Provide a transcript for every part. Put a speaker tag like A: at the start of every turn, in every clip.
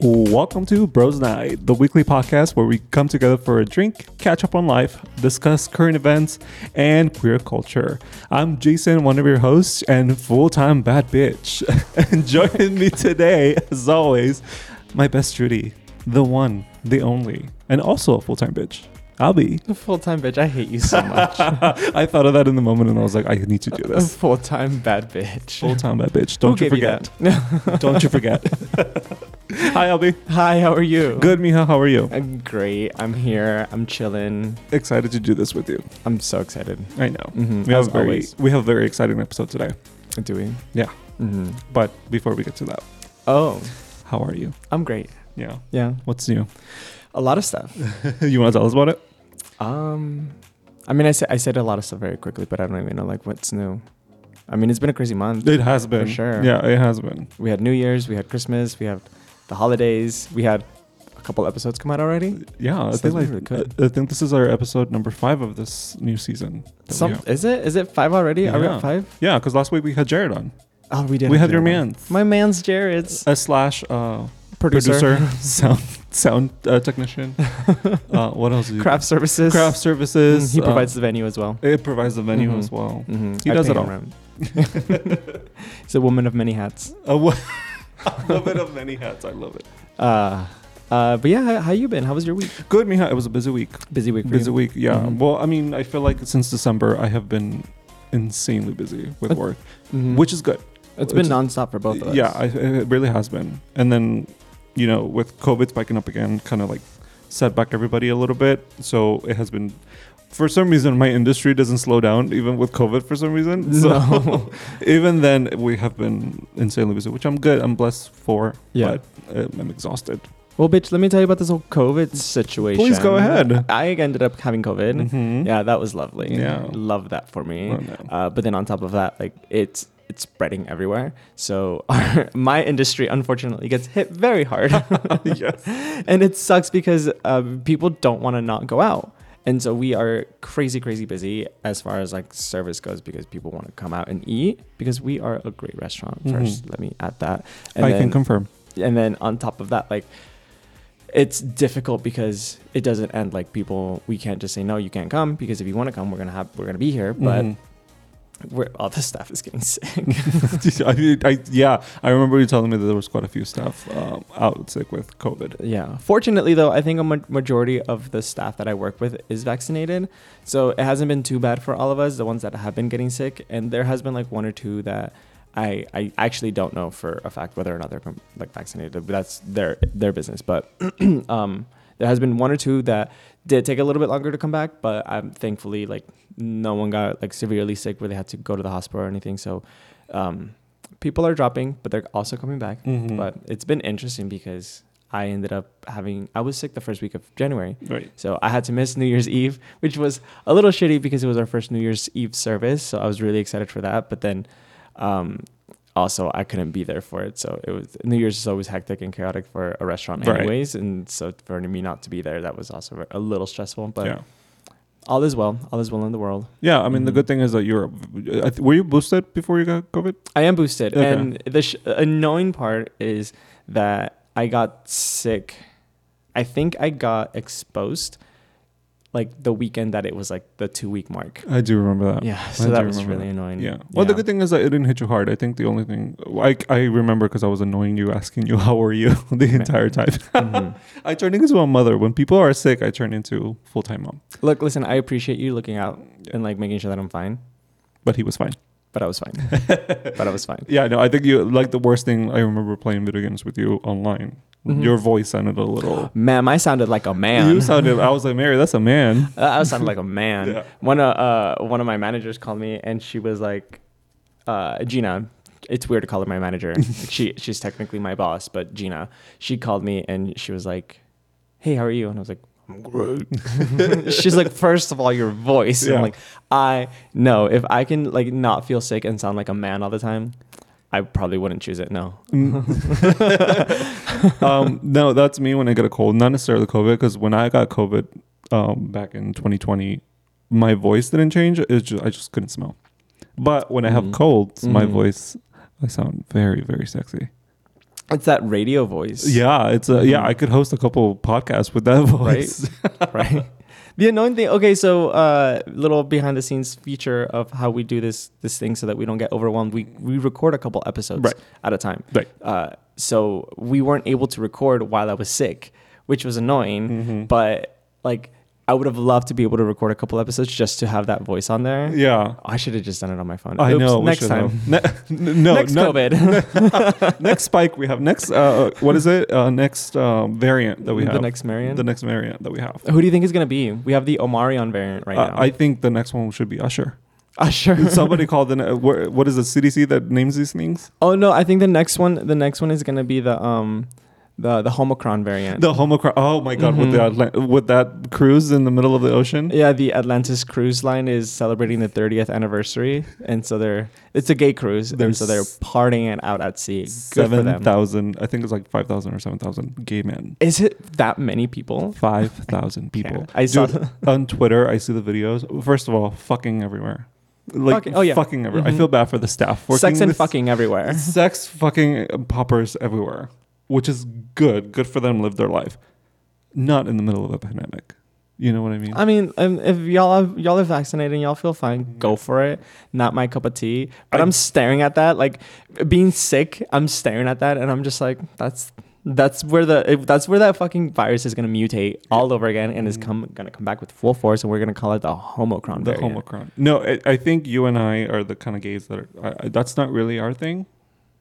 A: Welcome to Bros Night, the weekly podcast where we come together for a drink, catch up on life, discuss current events, and queer culture. I'm Jason, one of your hosts and full time bad bitch. and joining me today, as always, my best Judy, the one, the only, and also a full time bitch. Albie.
B: A full time bitch. I hate you so much.
A: I thought of that in the moment and I was like, I need to do
B: a
A: this.
B: full time bad bitch.
A: Full time bad bitch. Don't
B: Who
A: you
B: gave
A: forget.
B: that?
A: Don't you forget. Hi, Albie.
B: Hi, how are you?
A: Good, Miha. How are you?
B: I'm great. I'm here. I'm chilling.
A: Excited to do this with you.
B: I'm so excited.
A: I know.
B: Mm-hmm.
A: We have, a very, we have a very exciting episode today.
B: Do we?
A: Yeah.
B: hmm
A: But before we get to that,
B: Oh,
A: how are you?
B: I'm great.
A: Yeah.
B: Yeah.
A: What's new?
B: A lot of stuff.
A: you want to tell us about it?
B: um, I mean, I said I said a lot of stuff very quickly, but I don't even know like what's new. I mean, it's been a crazy month.
A: It has been.
B: sure.
A: Yeah, it has been.
B: We had New Year's. We had Christmas. We had the holidays. We had a couple episodes come out already.
A: Yeah, I
B: Sounds
A: think like
B: really good.
A: I I think this is our episode number five of this new season. that we
B: Some
A: have.
B: is it? Is it five already? Are we
A: Yeah.
B: at five?
A: Yeah, because last week we had Jared on.
B: Oh, we did.
A: we
B: have
A: had your
B: Jared on.
A: man,
B: My man's Jared's
A: a slash uh,
B: producer,
A: producer, sound sound uh, technician. uh, what else? Do you
B: craft services.
A: craft services.
B: Mm, he
A: uh,
B: provides the venue as well.
A: It provides the venue
B: Mhm.
A: as well.
B: Mm-hmm.
A: He does it all.
B: He's a woman of many hats.
A: A wo- a little bit of many hats. I love it.
B: Uh, uh, but yeah, how, how you been? How was your week?
A: Good, Miha. It was a busy week.
B: Busy week. For
A: Busy
B: you?
A: week. Yeah.
B: Mhm.
A: Well, I mean, I feel like since December, I have been insanely busy with
B: Uh,
A: work,
B: Mhm.
A: which is good.
B: it's been
A: which-
B: nonstop for both of us.
A: Yeah, I, it really has been. And then, you know, with COVID spiking up again, kind of like set back everybody a little bit. So it has been. For some reason, my industry doesn't slow down, even with COVID. For some reason, so
B: No.
A: even then, we have been insanely busy, which I'm good. I'm blessed for.
B: Yeah.
A: but uh, I'm exhausted.
B: well, bitch, let me tell you about this whole COVID situation.
A: Please go ahead.
B: I ended up having COVID.
A: Mhm.
B: Yeah, that was lovely.
A: Yeah.
B: love that for me.
A: Oh, no.
B: Uh, but then on top of that, like it's it's spreading everywhere. So our, my industry unfortunately gets hit very hard.
A: Yes.
B: and it sucks because uh, people don't want to not go out. And so we are crazy, crazy busy as far as like service goes because people want to come out and eat because we are a great restaurant.
A: Mhm.
B: First, let me add that. And
A: I
B: then,
A: can confirm.
B: and then on top of that, like it's difficult because it doesn't end like people. We can't just say no, you can't come because if you want to come, we're gonna have we're gonna be here. But
A: Mhm.
B: we're, all the staff is getting sick.
A: I, mean, I, yeah, I remember you telling me that there was quite a few staff um, out sick with COVID.
B: yeah. Fortunately, though, I think a ma- majority of the staff that I work with is vaccinated, so it hasn't been too bad for all of us. The ones that have been getting sick, and there has been like one or two that. I, I actually don't know for a fact whether or not they're com- like vaccinated, but that's their their business. But um, there has been one or two that did take a little bit longer to come back, but I'm thankfully like no one got like severely sick where they had to go to the hospital or anything. So um, people are dropping, but they're also coming back.
A: Mhm.
B: But it's been interesting because I ended up having I was sick the first week of January.
A: Right.
B: So I had to miss New Year's Eve, which was a little shitty because it was our first New Year's Eve service. So I was really excited for that. But then um, also I couldn't be there for it. So it was New Year's is always hectic and chaotic for a restaurant
A: Right.
B: anyways. And so for me not to be there, that was also a little stressful. But
A: yeah.
B: all is well. All is well in the world.
A: Yeah. I mean, the
B: Mhm.
A: good thing is that you're. I th- were you boosted before you got COVID?
B: I am boosted,
A: Okay.
B: and the sh- annoying part is that I got sick. I think I got exposed, like the weekend that it was like the two week mark.
A: I do remember that.
B: Yeah,
A: Oh, I
B: so
A: do
B: that was
A: remember
B: really annoying.
A: Yeah. Well, the
B: Yeah.
A: good thing is that it didn't hit you hard. I think the only thing I, I remember because I was annoying you, asking you how are you the entire time.
B: Mhm.
A: I turned into a mother. When people are sick, I turn into full time mom.
B: Look, listen, I appreciate you looking out and like making sure that I'm fine,
A: But he was fine.
B: but I was fine. but I was fine.
A: Yeah. No, I think you like the worst thing. I remember playing video games with you online.
B: Mhm.
A: Your voice sounded a little.
B: Ma'am, I sounded like a man.
A: You sounded. I was like, Mary, that's a man.
B: Uh, I sounded like a man.
A: Yeah.
B: One of uh, one of my managers called me and she was like, uh, "Gina, it's weird to call her my manager. she she's technically my boss, but Gina." She called me and she was like, "Hey, how are you?" And I was like, "I'm great." she's like, first of all, your voice."
A: Yeah.
B: I'm like, "I know if I can like not feel sick and sound like a man all the time." I probably wouldn't choose it. No.
A: um, no, that's me when I get a cold. Not necessarily COVID, because when I got COVID um, back in 2020, my voice didn't change. It just, I just couldn't smell. But when I have
B: Mhm.
A: colds, my
B: Mhm.
A: voice, I sound very, very sexy.
B: It's that radio voice.
A: Yeah, it's a, yeah. I could host a couple podcasts with that voice.
B: mm-hmm. right? The annoying thing. Okay, so uh, little behind the scenes feature of how we do this this thing so that we don't get overwhelmed. We we record a couple episodes
A: Right.
B: at a time.
A: Right.
B: Uh, so we weren't able to record while I was sick, which was annoying.
A: Mm-hmm. Mm.
B: But like, I would have loved to be able to record a couple episodes just to have that voice on there.
A: Yeah,
B: I should have just done it on my phone.
A: I
B: Oops,
A: know. we
B: Next
A: should
B: time.
A: know. Ne- n- no,
B: next
A: no,
B: COVID.
A: next spike we have next. Uh, what is it? Uh, next um, variant that we have.
B: The next Marion.
A: The next variant that we have.
B: Who do you think is gonna be? We have the Omarion variant right
A: Uh,
B: now.
A: I think the next one should be Usher.
B: uh, sure.
A: Somebody called the ne- wh- what is it? CDC that names these things?
B: Oh no, I think the next one the next one is gonna be the um the the Homocron variant.
A: The homocron. Oh my god! With the Atlan- with that cruise in the middle of the ocean.
B: Mm-hmm. yeah, the Atlantis cruise line is celebrating the 30th anniversary, and so they're it's a gay cruise, and
A: There's
B: so they're partying it out at sea. Good for
A: Seven
B: them.
A: thousand. I think it's like five thousand or seven thousand gay men.
B: Is it that many people?
A: Five thousand people.
B: I saw.
A: Dude, on Twitter, I see the videos. First of all, fucking everywhere. Like
B: Fucking- oh, yeah.
A: fucking everywhere. I
B: Mhm.
A: feel bad for the staff. working
B: Sex and
A: this-
B: fucking everywhere.
A: Sex fucking poppers everywhere, which is good. Good for them. Live their life. Not in the middle of a pandemic. You know what I mean?
B: I mean, um, if y'all have, y'all are vaccinated, and y'all feel fine. Go for it. Not my cup of tea, but
A: I-
B: I, am staring at that, like being sick. I'm staring at that, and I'm just like, that's that's where the if- that's where that fucking virus is gonna mutate all over again, and is come gonna come back with full force, and we're gonna call it the homocron.
A: Mm-hmm. the
B: variant.
A: homocron. No, I, I think you and I are the kind of gays that are. I, I- that's not really our thing.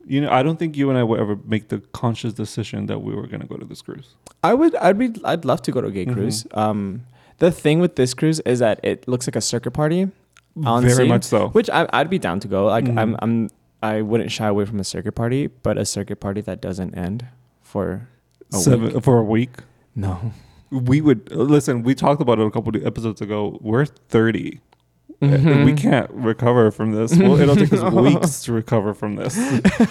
A: You know, I don't think you and I would ever make the conscious decision that we were going to go to this cruise.
B: I would. I'd be. I'd love to go to a gay
A: Mhm.
B: cruise. Um, the thing with this cruise is that it looks like a circuit party. On
A: Very
B: sea,
A: much so.
B: Which I, I'd be down to go. Like
A: Mhm.
B: I'm. I'm. I wouldn't shy away from a circuit party, but a circuit party that doesn't end for a
A: Seven
B: week.
A: for a week.
B: No.
A: We would listen. We talked about it a couple of episodes ago. We're thirty.
B: Mhm.
A: We can't recover from this. Well, it'll take us weeks to recover from this.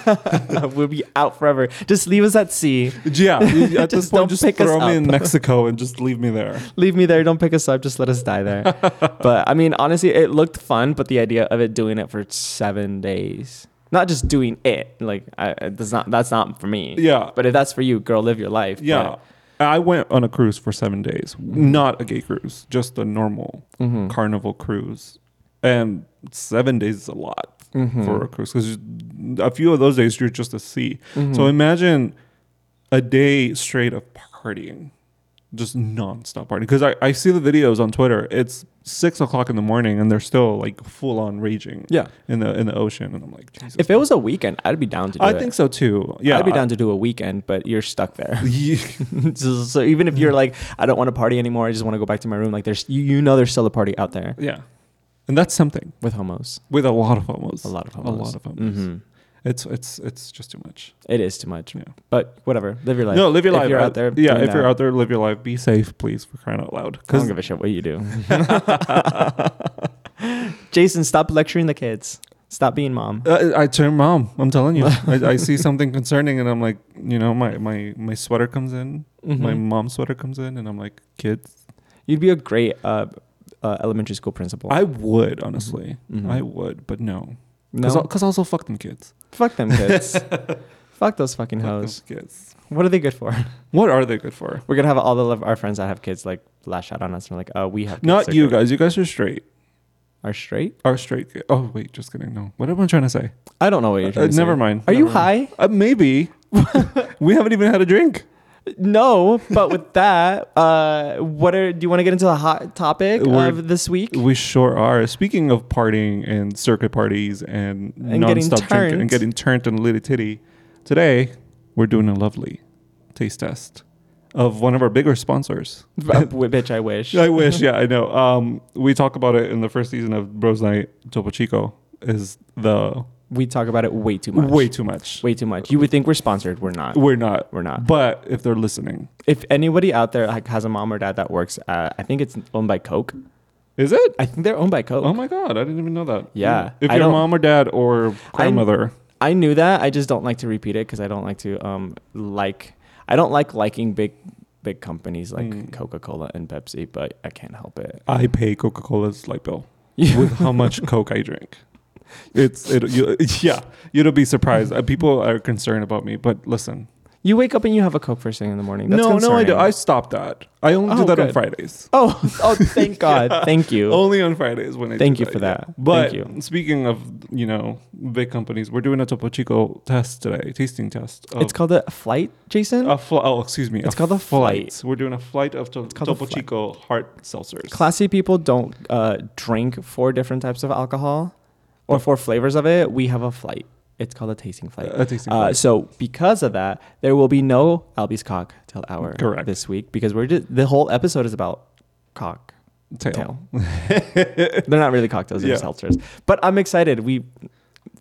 B: we'll be out forever. Just leave us at sea.
A: Yeah, you- at this
B: Just
A: point,
B: don't
A: just
B: pick us
A: throw me in
B: up.
A: Mexico and just leave me there.
B: Leave me there. Don't pick us up. Just let us die there. but I mean, honestly, it looked fun. But the idea of it doing it for seven days, not just doing it, like I, it does not. That's not for me.
A: Yeah,
B: But if that's for you, girl, live your life.
A: yeah. I went on a cruise for seven days,
B: Mm-hmm.
A: not a gay cruise, just a normal
B: But- Mhm.
A: carnival cruise, and seven days is a lot
B: Mhm.
A: for a cruise because a few of those days you're just at sea.
B: Mhm.
A: So imagine a day straight of partying, just nonstop partying. Because I, I see the videos on Twitter. It's six o'clock in the morning and they're still like full on raging
B: yeah.
A: in the in the ocean, and I'm like, Jesus.
B: If it was a weekend, I'd be down to do
A: I
B: it.
A: think so too. Yeah,
B: I'd be down to do a weekend, but you're stuck there.
A: Yeah.
B: so, so even if you're like, I don't want to party anymore, I just want to go back to my room. Like there's, you, you know, there's still a party out there
A: yeah, and that's something
B: with homos.
A: with a lot of homos.
B: A lot of
A: A
B: homos.
A: lot of homos.
B: Mhm.
A: It's it's it's just too much.
B: It is too much.
A: Yeah.
B: But whatever, live your life.
A: no, live your
B: if
A: life.
B: You're
A: Uh,
B: out there.
A: yeah,
B: doing
A: if you're
B: that,
A: out there, live your life. Be safe, please, for crying out loud.
B: I don't
A: Because
B: give a shit what you do. Jason, stop lecturing the kids. Stop being mom.
A: Uh, I turn mom. I'm telling you, I, I see something concerning, and I'm like, you know, my my my sweater comes in, my
B: Mhm.
A: mom sweater comes in, and I'm like, kids,
B: You'd be a great uh, uh, elementary school principal.
A: I would honestly,
B: Mhm.
A: I would, but no, because
B: no,
A: also fuck them kids,
B: fuck them kids. fuck those fucking
A: fuck them
B: hoes.
A: kids.
B: What are they good for?
A: What are they good for?
B: We're gonna have all of our friends that have kids like lash out on us and we're like, oh, we have kids
A: Not
B: that
A: you
B: go-
A: guys. You guys are straight.
B: Are straight?
A: Are straight. ki- Oh wait, just kidding. No. What am I trying to say?
B: I don't know what you're.
A: Uh,
B: Trying to say.
A: never mind.
B: Are
A: Never
B: you
A: mind.
B: high?
A: Uh, maybe. we haven't even had a drink.
B: No, but with that, uh, what are do you want to get into the hot topic
A: Uh, We're-
B: of this week? Uh,
A: We sure are. Speaking of partying and circuit parties and,
B: And getting
A: nonstop drinking and
B: turned.
A: getting turned and litty titty, today we're doing a lovely taste test of one of our bigger sponsors.
B: Uh, w- bitch, I wish.
A: I wish, yeah, I know. Um, we talk about it in the first season of Bros Night. Topo Chico is the
B: We talk about it way too much.
A: way too much.
B: way too much. You would think we're sponsored. We're not.
A: We're not.
B: We're not.
A: But if they're listening,
B: If anybody out there like has a mom or dad that works, uh, I think it's owned by Coke.
A: is it?
B: I think they're owned by Coke.
A: Oh my god, I didn't even know that.
B: Yeah,
A: If
B: I
A: your
B: don't-
A: mom or dad or grandmother,
B: I knew that. I just don't like to repeat it because I don't like to um like. I don't like liking big big companies like
A: Mm.
B: Coca Cola and Pepsi, but I can't help it.
A: I pay Coca Cola's light bill
B: Yeah.
A: with how much Coke I drink. It's it. You, yeah, you'll be surprised. Uh, People are concerned about me, but listen.
B: You wake up and you have a Coke first thing in the morning. That's
A: no, no, I do.
B: concerning.
A: I stopped that. I only do
B: Oh,
A: that on
B: good.
A: Fridays.
B: Oh, oh, thank God. Thank you.
A: Only on Fridays when I.
B: Thank
A: do
B: you for that.
A: yeah. But
B: Thank
A: speaking of you know big companies, we're doing a Topo Chico test today, tasting test. Of
B: it's called a flight, Jason.
A: a fl- oh, excuse me.
B: It's called a flight.
A: We're doing a flight of to-
B: called a
A: Topo
B: flight.
A: Chico hard seltzers.
B: Classy people don't uh, drink four different types of alcohol
A: Oh.
B: or four flavors of it. We have a flight. It's called a tasting flight.
A: A tasting
B: Uh,
A: flight.
B: so because of that, there will be no Albie's cocktail hour
A: Correct.
B: this week because we're just, the whole episode is about cocktail.
A: Tail.
B: They're not really cocktails; they're
A: Yeah.
B: seltzers. But I'm excited. We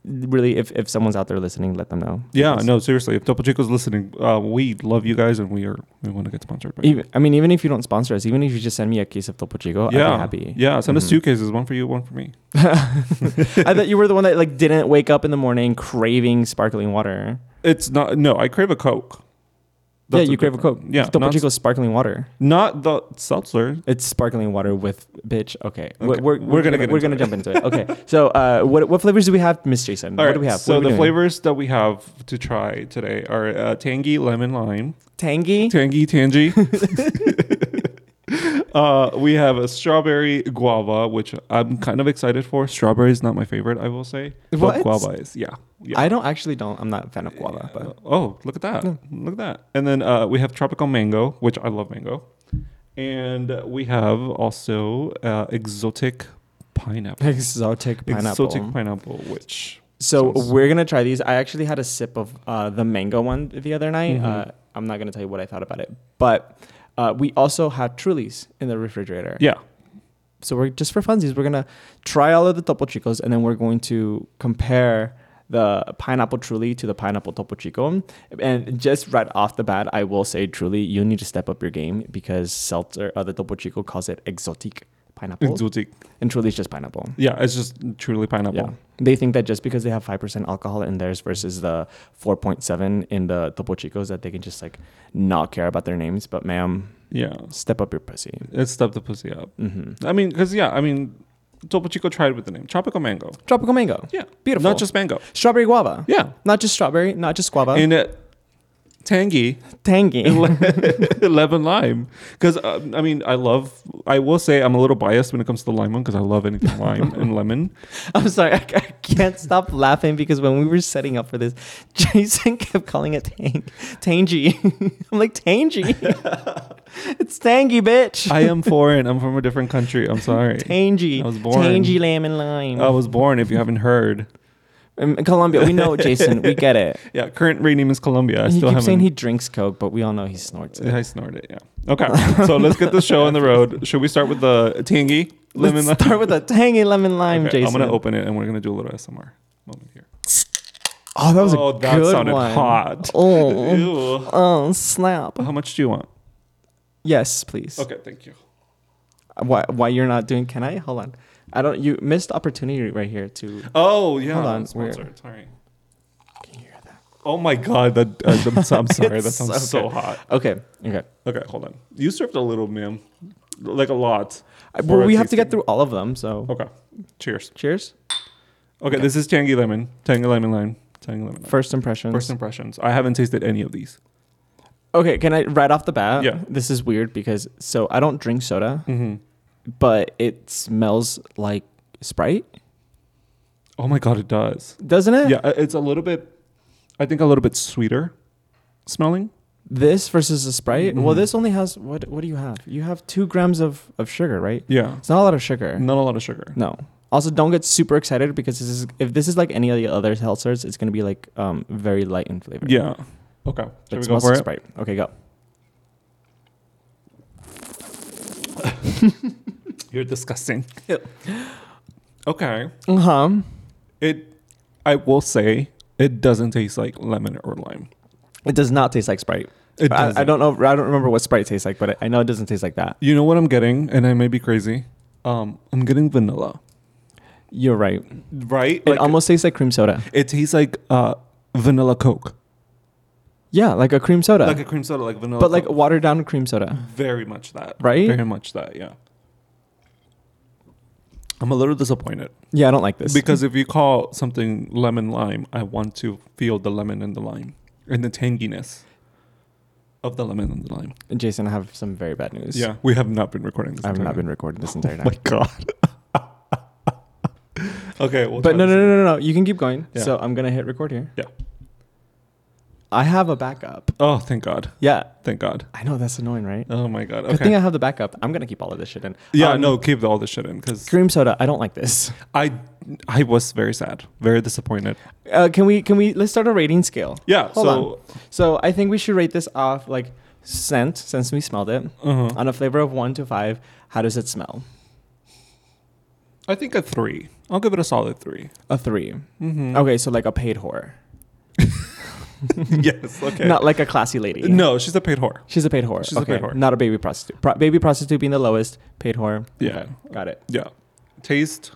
B: really, if, if someone's out there listening, let them know.
A: Yeah,
B: Because
A: no, seriously. If Topo Chico's listening, uh, we love you guys, and we are we want to get sponsored. By you.
B: Even, I mean, even if you don't sponsor us, even if you just send me a case of Topo Chico,
A: yeah,
B: I'd be happy.
A: yeah. Send us
B: Mhm.
A: two cases, one for you, one for me.
B: I thought you were the one that like didn't wake up in the morning craving sparkling water.
A: It's not. No, I crave a Coke. That's
B: yeah, you crave a Coke.
A: different- Yeah,
B: Topo
A: not,
B: Chico's sparkling water.
A: not the seltzer.
B: It's sparkling water with bitch. Okay,
A: Okay,
B: We're, we're,
A: we're gonna get
B: we're
A: into
B: gonna jump into it. Okay, so uh, what what flavors do we have, Miss Jason?
A: All
B: what
A: right.
B: do we have? What
A: So
B: are we
A: the
B: doing?
A: flavors that we have to try today are uh, tangy lemon lime,
B: tangy.
A: tangy tangy. uh, we have a strawberry guava, which I'm kind of excited for. Strawberry is not my favorite, I will say.
B: What?
A: But guava is. Yeah. yeah.
B: I don't actually don't. I'm not a fan of guava,
A: Uh,
B: but
A: oh, look at that! Look at that! And then uh, we have tropical mango, which I love mango, and uh, we have also uh, exotic pineapple.
B: exotic pineapple.
A: Exotic pineapple, which
B: So
A: Sounds-
B: we're gonna try these. I actually had a sip of uh, the mango one the other night.
A: Mhm.
B: Uh, I'm not gonna tell you what I thought about it, but uh, we also had Trulies in the refrigerator.
A: yeah,
B: So we're just for funsies, we're gonna try all of the Topo Chicos, and then we're going to compare the pineapple Truly to the pineapple Topo Chico. And just right off the bat, I will say, Truly, you need to step up your game because seltzer, uh, the Topo Chico calls it exotic pineapple,
A: exotic.
B: and Truly is just pineapple.
A: Yeah, it's just truly pineapple.
B: Yeah. They think that just because they have 5% alcohol in theirs versus the 4.7 in the Topo Chicos, that they can just like not care about their names. But ma'am,
A: Yeah,
B: step up your pussy.
A: it stepped the pussy up.
B: hmm
A: I mean, because yeah, I mean, Topo Chico tried with the name tropical mango.
B: Tropical mango.
A: Yeah,
B: Beautiful.
A: not just mango.
B: strawberry guava.
A: Yeah,
B: Not just strawberry, not just guava.
A: and uh, tangy.
B: tangy.
A: lemon lime because i mean i love i will say i'm a little biased when it comes to the lime one because i love anything lime and lemon
B: I'm sorry, I, ca- I can't stop laughing because when we were setting up for this, Jason kept calling it tang, tangy. I'm like tangy. it's tangy, bitch.
A: i am foreign i'm from a different country i'm sorry
B: tangy.
A: I was born-
B: Tangy lamb and lime.
A: i was born if you haven't heard
B: Um, Colombia, we know Jason. We get it.
A: yeah current reigning is colombia i
B: he
A: still
B: keeps
A: haven't
B: saying he drinks Coke, but we all know he snorts it.
A: i snorted it yeah okay so let's get the show on the road should we start with the tangy lemon
B: Let's start with a tangy lemon lime,
A: Okay,
B: Jason.
A: i'm gonna open it and we're gonna do a little smr moment here
B: Oh, that was
A: oh
B: a
A: that
B: good
A: sounded
B: one.
A: hot
B: Oh,
A: Ew.
B: oh, snap.
A: how much do you want
B: Yes, please.
A: okay thank you
B: Why, why you're not doing? Can I? Hold on. I don't. You missed opportunity right here to.
A: oh yeah
B: Hold on, we're-
A: sponsored sorry
B: Can you hear that?
A: Oh my god, that uh, I'm, so- I'm sorry. that
B: It's
A: sounds
B: so
A: so
B: good.
A: hot.
B: Okay. Okay.
A: Okay, hold on. You served a little, ma'am, like a lot.
B: I,
A: for
B: well,
A: a Oh.
B: we have to get
A: tasting.
B: through all of them. So
A: Okay, cheers.
B: cheers.
A: Okay, this is tangy lemon, tangy lemon lime, tangy lemon. Lime.
B: First impressions.
A: First impressions. I haven't tasted any of these.
B: okay. Can I right off the bat?
A: Yeah.
B: This is weird because so I don't drink soda,
A: Mm-hmm.
B: but it smells like Sprite,
A: Oh my god, it does.
B: doesn't it?
A: Yeah, i- it's a little bit. I think a little bit sweeter smelling.
B: This versus a Sprite. Well,
A: Mhm.
B: this only has what? What do you have? You have two grams of of sugar, right?
A: Yeah,
B: It's not a lot of sugar.
A: not a lot of sugar.
B: No. Also, don't get super excited because this is if this is like any of the other seltzers, it's gonna be like um very light in flavor.
A: Yeah. Okay.
B: But
A: Should we go
B: smells
A: for
B: like
A: it?
B: Sprite. Okay, go.
A: You're disgusting. Okay.
B: Uh huh.
A: It. I will say it doesn't taste like lemon or lime.
B: It does not taste like Sprite.
A: It
B: I, I
A: doesn't.
B: don't know. I don't remember what Sprite tastes like, but I, I know it doesn't taste like that.
A: You know what I'm getting, and I may be crazy. Um, I'm getting vanilla,
B: You're right.
A: right?
B: it almost tastes like cream soda.
A: it tastes like uh, vanilla Coke,
B: Yeah, like a cream soda,
A: like a cream soda, like vanilla.
B: but like
A: Coke.
B: watered down cream soda.
A: very much that,
B: Right?
A: Very much that, yeah. I'm a little disappointed
B: Yeah, I don't like this.
A: because if you call something lemon lime, I want to feel the lemon and the lime and the tanginess of the lemon and the lime.
B: Jason, I have some very bad news.
A: Yeah, we have not been recording this.
B: I've
A: entire
B: not been
A: time.
B: recording this entire
A: My
B: time.
A: God. okay, we'll
B: But
A: try
B: no,
A: this
B: no, no, no, no. You can keep going.
A: Yeah.
B: So I'm gonna hit record here.
A: Yeah.
B: I have a backup.
A: again. Oh, thank God!
B: Yeah,
A: Thank God!
B: I know that's annoying, right?
A: Oh my God!
B: Good thing
A: Okay.
B: I have the backup. I'm gonna keep all of this shit in.
A: Yeah,
B: Um,
A: no, keep all this shit in because
B: Cream soda. I don't like this.
A: I I was very sad, very disappointed.
B: Uh, can we? Can we? Let's start a rating scale.
A: Yeah.
B: Hold
A: so
B: So I think we should rate this off like scent, since we smelled it,
A: Uh-huh.
B: on a flavor of one to five. How does it smell?
A: I think a three. I'll give it a solid 3
B: A three.
A: Mm-hmm.
B: Okay, so like a paid whore,
A: yes. Okay.
B: not like a classy lady.
A: No, she's a paid whore.
B: She's a paid whore.
A: She's a
B: Okay,
A: paid whore.
B: Not a baby prostitute. Pro- baby prostitute being the lowest, paid whore.
A: Yeah.
B: Okay, got it.
A: Yeah. Taste.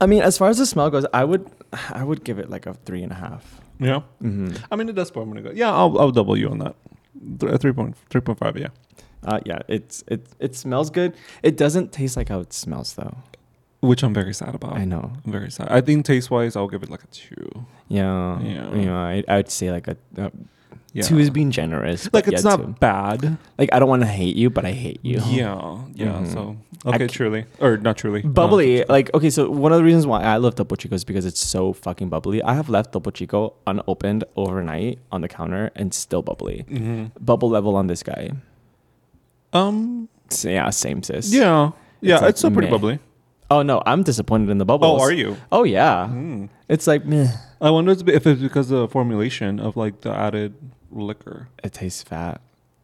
B: I mean, as far as the smell goes, I would, I would give it like a three and a half.
A: Yeah.
B: Mm-hmm.
A: I mean, it does I'm gonna go. Yeah, I'll, I'll double you on that. Th- uh, Three point three point five. Yeah.
B: Uh, yeah, it's it it smells good. It doesn't taste like how it smells though.
A: Which I'm very sad about.
B: I know.
A: I'm very sad. I think taste wise, I'll give it like a two. Yeah.
B: Yeah, yeah. You know, I, I would say like a uh,
A: Yeah.
B: two is being generous.
A: like
B: but
A: it's
B: yeah,
A: not
B: two.
A: bad.
B: like I don't want to hate you, but I hate you.
A: Yeah. Yeah.
B: Mhm.
A: So
B: I
A: okay,
B: c-
A: truly or not truly.
B: Bubbly,
A: Uh,
B: like okay, so one of the reasons why I love Topo Chico is because it's so fucking bubbly. I have left Topo Chico unopened overnight on the counter and still bubbly.
A: mhm.
B: Bubble level on this guy.
A: Um.
B: So, yeah, same sis.
A: Yeah. Yeah. It's,
B: like
A: still pretty
B: meh.
A: bubbly.
B: Oh no, I'm disappointed in the bubbles.
A: Oh, are you?
B: Oh yeah.
A: Mm.
B: It's like meh.
A: I wonder if it's because of the formulation of like the added liquor.
B: It tastes fat.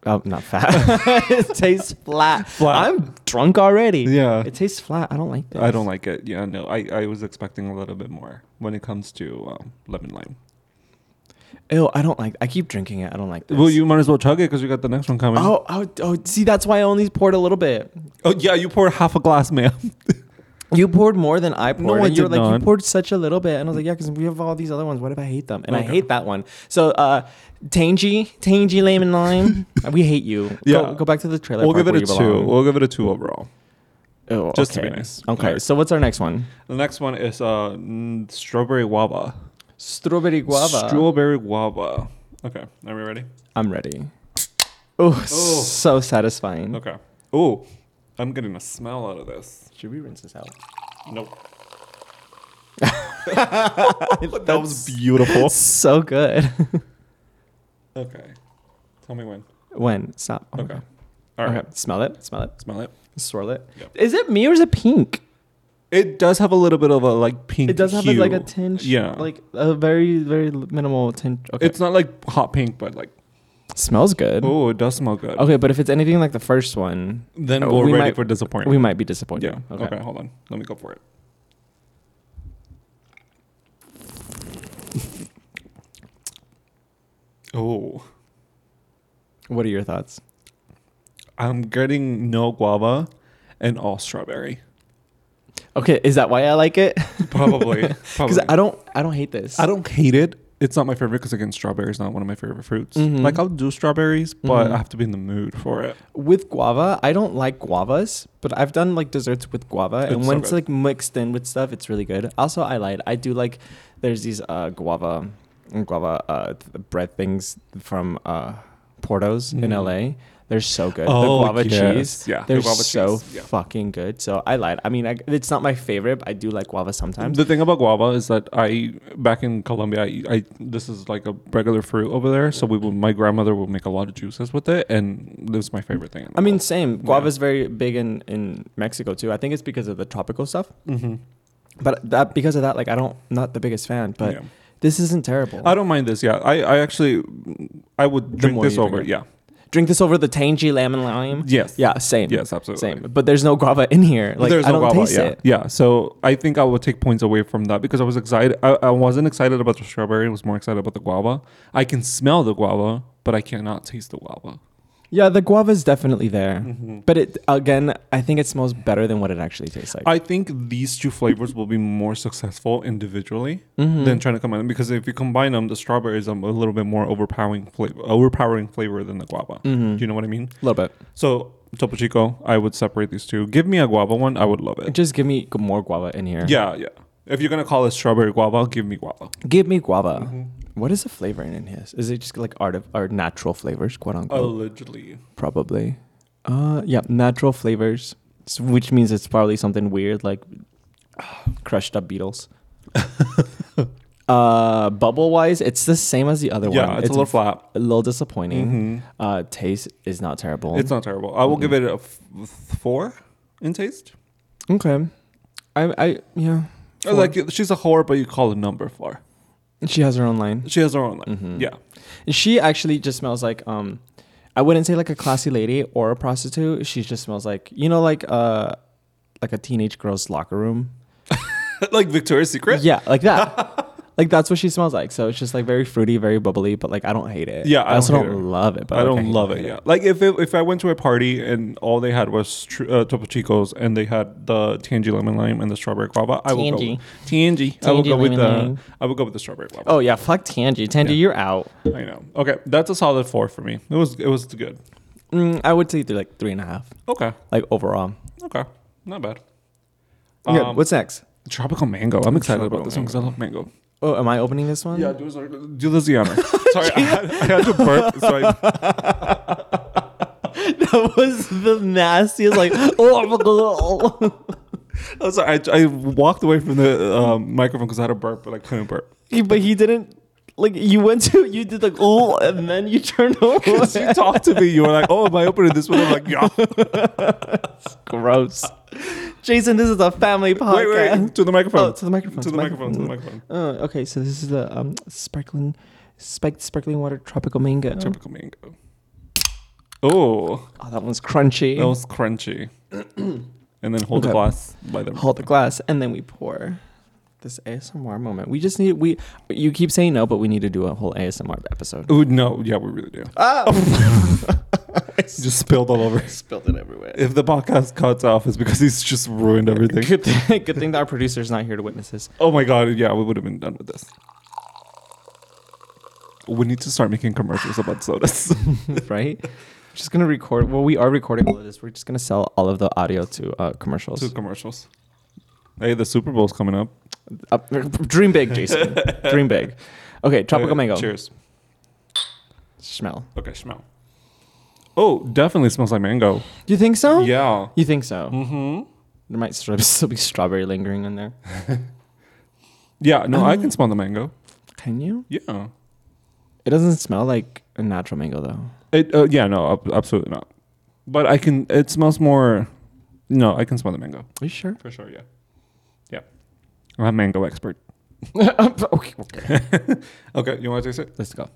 B: Oh, not fat. it tastes flat.
A: Flat.
B: I'm drunk already.
A: Yeah.
B: It tastes flat. I don't like this.
A: I don't like it. Yeah, no, I, I was expecting a little bit more when it comes to um, lemon lime.
B: Ew, I don't like. I keep drinking it. I don't like this.
A: Well, you might as well chug it because you got the next one coming.
B: Oh, oh, oh, see, that's why I only poured a little bit.
A: Oh, yeah, you poured half a glass, ma'am.
B: You poured more than I poured.
A: No, I
B: and you were
A: did
B: like,
A: not.
B: you poured such a little bit. And I was like, yeah, because we have all these other ones. What if I hate them? And I
A: Okay.
B: hate that one. So, uh, Tangy, Tangy Lemon Lime, we hate you.
A: Yeah.
B: Go, go back to the trailer.
A: We'll
B: park
A: give it
B: where
A: a
B: you
A: two.
B: belong.
A: We'll give it a two overall.
B: Oh,
A: Just to
B: okay.
A: be nice.
B: Okay,
A: Alright.
B: so what's our next one?
A: The next one is uh, mm, strawberry guava.
B: Strawberry guava.
A: Strawberry guava. Okay, are we ready?
B: I'm ready. Oh,
A: Oh.
B: so satisfying.
A: Okay. Oh, I'm getting a smell out of this.
B: Should we rinse this out?
A: Nope. that was beautiful.
B: So good.
A: okay. Tell me when.
B: when? Stop. Oh my
A: Okay.
B: God.
A: All right.
B: Okay. Smell it. Smell it.
A: Smell it.
B: Swirl it. Is
A: Yep.
B: it me or is it pink?
A: It does have a little bit of a like pink.
B: It does have a,
A: hue.
B: like a tinge.
A: Yeah,
B: Like a very very minimal tinge. Okay.
A: it's not like hot pink, but like
B: smells good.
A: oh, it does smell good.
B: Okay, but if it's anything like the first one,
A: Then
B: Oh,
A: we're
B: we
A: ready
B: might-
A: for disappointment.
B: we might be disappointed.
A: yeah. Okay. hold on. Let me go for it. oh,
B: What are your thoughts?
A: I'm getting no guava and all strawberry.
B: Okay, is that why I like it?
A: Probably.
B: Because
A: Probably.
B: I don't I don't hate this.
A: I don't hate it. It's not my favorite because again, strawberry is not one of my favorite fruits.
B: Mhm.
A: Like I'll do strawberries, but
B: Mhm.
A: I have to be in the mood for it.
B: with guava, I don't like guavas, but I've done like desserts with guava, and
A: It's
B: when
A: so
B: it's
A: good.
B: like mixed in with stuff, it's really good. Also, I lied. I do like there's these uh, guava, guava uh, th- bread things from uh, Portos in
A: Mm.
B: LA. They're so good.
A: Oh,
B: the guava
A: yes.
B: cheese,
A: Yeah, the
B: they're
A: guava
B: so
A: cheese, yeah.
B: fucking good. So I lied. I mean, I, it's not my favorite, but I do like guava sometimes.
A: The thing about guava is that I back in Colombia, I, I this is like a regular fruit over there. So we would, my grandmother would make a lot of juices with it, and it was my favorite thing. in the
B: I mean,
A: world.
B: same. Guava is very big in in Mexico too. I think it's because of the tropical stuff. But that because of that, like I don't not the biggest fan, but.
A: Yeah.
B: This isn't terrible.
A: I don't mind this. Yeah, I, I actually I would drink
B: more
A: this
B: you drink
A: over.
B: it.
A: yeah.
B: drink this over the tangy lemon lime.
A: Yes.
B: Yeah, same.
A: Yes, absolutely.
B: Same. But there's no guava in here. Like I don't taste
A: yeah.
B: it.
A: Yeah. So I think I would take points away from that because I was excited. I, I wasn't excited about the strawberry. I was more excited about the guava. I can smell the guava, but I cannot taste the guava.
B: Yeah, the guava is definitely there.
A: Mm-hmm.
B: But it again, I think it smells better than what it actually tastes like.
A: I think these two flavors will be more successful individually
B: Hmm. Mm-hmm.
A: than trying to combine them because if you combine them, the strawberry is a m- a
B: Hmm. Mm-hmm.
A: little bit more overpowering flavor, overpowering flavor than the guava. Do you know what I mean?
B: A little bit.
A: So Topo Chico, I would separate these two. Give me a guava one. I would love it.
B: Just give me more guava in here.
A: Yeah, yeah. If you're gonna call it strawberry guava, give me guava.
B: Give me guava.
A: Mm-hmm.
B: What is the flavoring in his? Is it just like art of or natural flavors, quote unquote?
A: Allegedly,
B: Probably. Uh yeah, natural flavors. s- Which means it's probably something weird like crushed up beetles. uh bubble wise, it's the same as the other
A: yeah,
B: one.
A: it's, a little flat.
B: a little disappointing.
A: Mhm.
B: Uh taste is not terrible.
A: It's not terrible. I will give it a f- four in taste.
B: okay. I I yeah.
A: Or Like she's a whore, but you call it number four.
B: She has her own line.
A: She has her own line.
B: Mhm.
A: Yeah,
B: She actually just smells like um I wouldn't say like a classy lady or a prostitute. She just smells like you know like uh like a teenage girl's locker room.
A: like Victoria's Secret.
B: Yeah, like that. like that's what she smells like. So it's just like very fruity, very bubbly, but like I don't hate it.
A: Yeah, I
B: I, also
A: don't
B: don't,
A: hate it.
B: love it, but
A: I
B: like,
A: don't
B: hate-
A: love it.
B: hate
A: Yeah, like if it, if I went to a party and all they had was tr- uh, Topo Chicos and they had the tangy lemon lime and the strawberry guava, I will go
B: Tangy.
A: with tangy. I will
B: Tangy
A: go with
B: lemon
A: the
B: lime.
A: I will go with the strawberry guava.
B: Oh yeah, fuck Tangy. Tangy, you're out.
A: I know. Okay, that's a solid four for me. It was it was good.
B: Mm, I would say they're like three and a half,
A: Okay,
B: like overall.
A: okay, not bad.
B: Good.
A: Um,
B: What's next?
A: Tropical mango. I'm excited
B: Tropical
A: about this one because I love mango.
B: Oh, am I opening this one?
A: Yeah, do, us- do this the honor. Sorry, I had, I had to burp. So I,
B: that was the nastiest. Like, oh,
A: I'm sorry, I, I walked away from the um, microphone because I had to burp, but I couldn't burp.
B: He- but he didn't. Like you went to you did the oh and then you turned over.
A: Because you talked to me, you were like, "Oh, am I opening this one?" I'm like, "Yeah."
B: Gross. Jason, this is a family
A: Wait,
B: podcast.
A: wait, to the microphone.
B: Oh, to the microphone.
A: To the microphone. To the microphone.
B: Uh, okay, so this is the um sparkling, spiked sparkling water tropical mango.
A: Tropical mango. Oh,
B: Oh, that one's crunchy.
A: that was crunchy. and then hold the
B: Okay.
A: glass by the.
B: Hold the glass and then we pour. This ASMR moment. We just need we. You keep saying no, but we need to do a whole ASMR episode. Ah!
A: Ooh, no, yeah, we really do. just spilled all over.
B: Spilled it everywhere.
A: If the podcast cuts off, it's because he's just ruined everything.
B: Good thing, good thing that our producer's not here to witness this.
A: Oh my god, yeah, we would have been done with this. We need to start making commercials about sodas.
B: right? Just gonna record. Well, we are recording all of this. We're just gonna sell all of the audio to uh,
A: Two
B: commercials.
A: commercials. Hey, the Super Bowl's coming up.
B: Uh, dream big, Jason. dream big. Okay, tropical
A: Okay,
B: mango.
A: Cheers.
B: Smell.
A: Okay, smell. Oh, definitely smells like mango.
B: You think so?
A: Yeah.
B: You think so?
A: Mm-hmm.
B: There might still still be strawberry lingering in there.
A: Yeah, no, I can smell the mango.
B: Can you?
A: Yeah.
B: It doesn't smell like a natural mango though.
A: It. Uh, yeah, no, ab- absolutely not. But I can. It smells more. No, I can smell the mango
B: Are you sure?
A: for sure. Yeah. Yeah. I'm a mango expert.
B: okay, okay.
A: Okay, you want to taste it?
B: Let's go.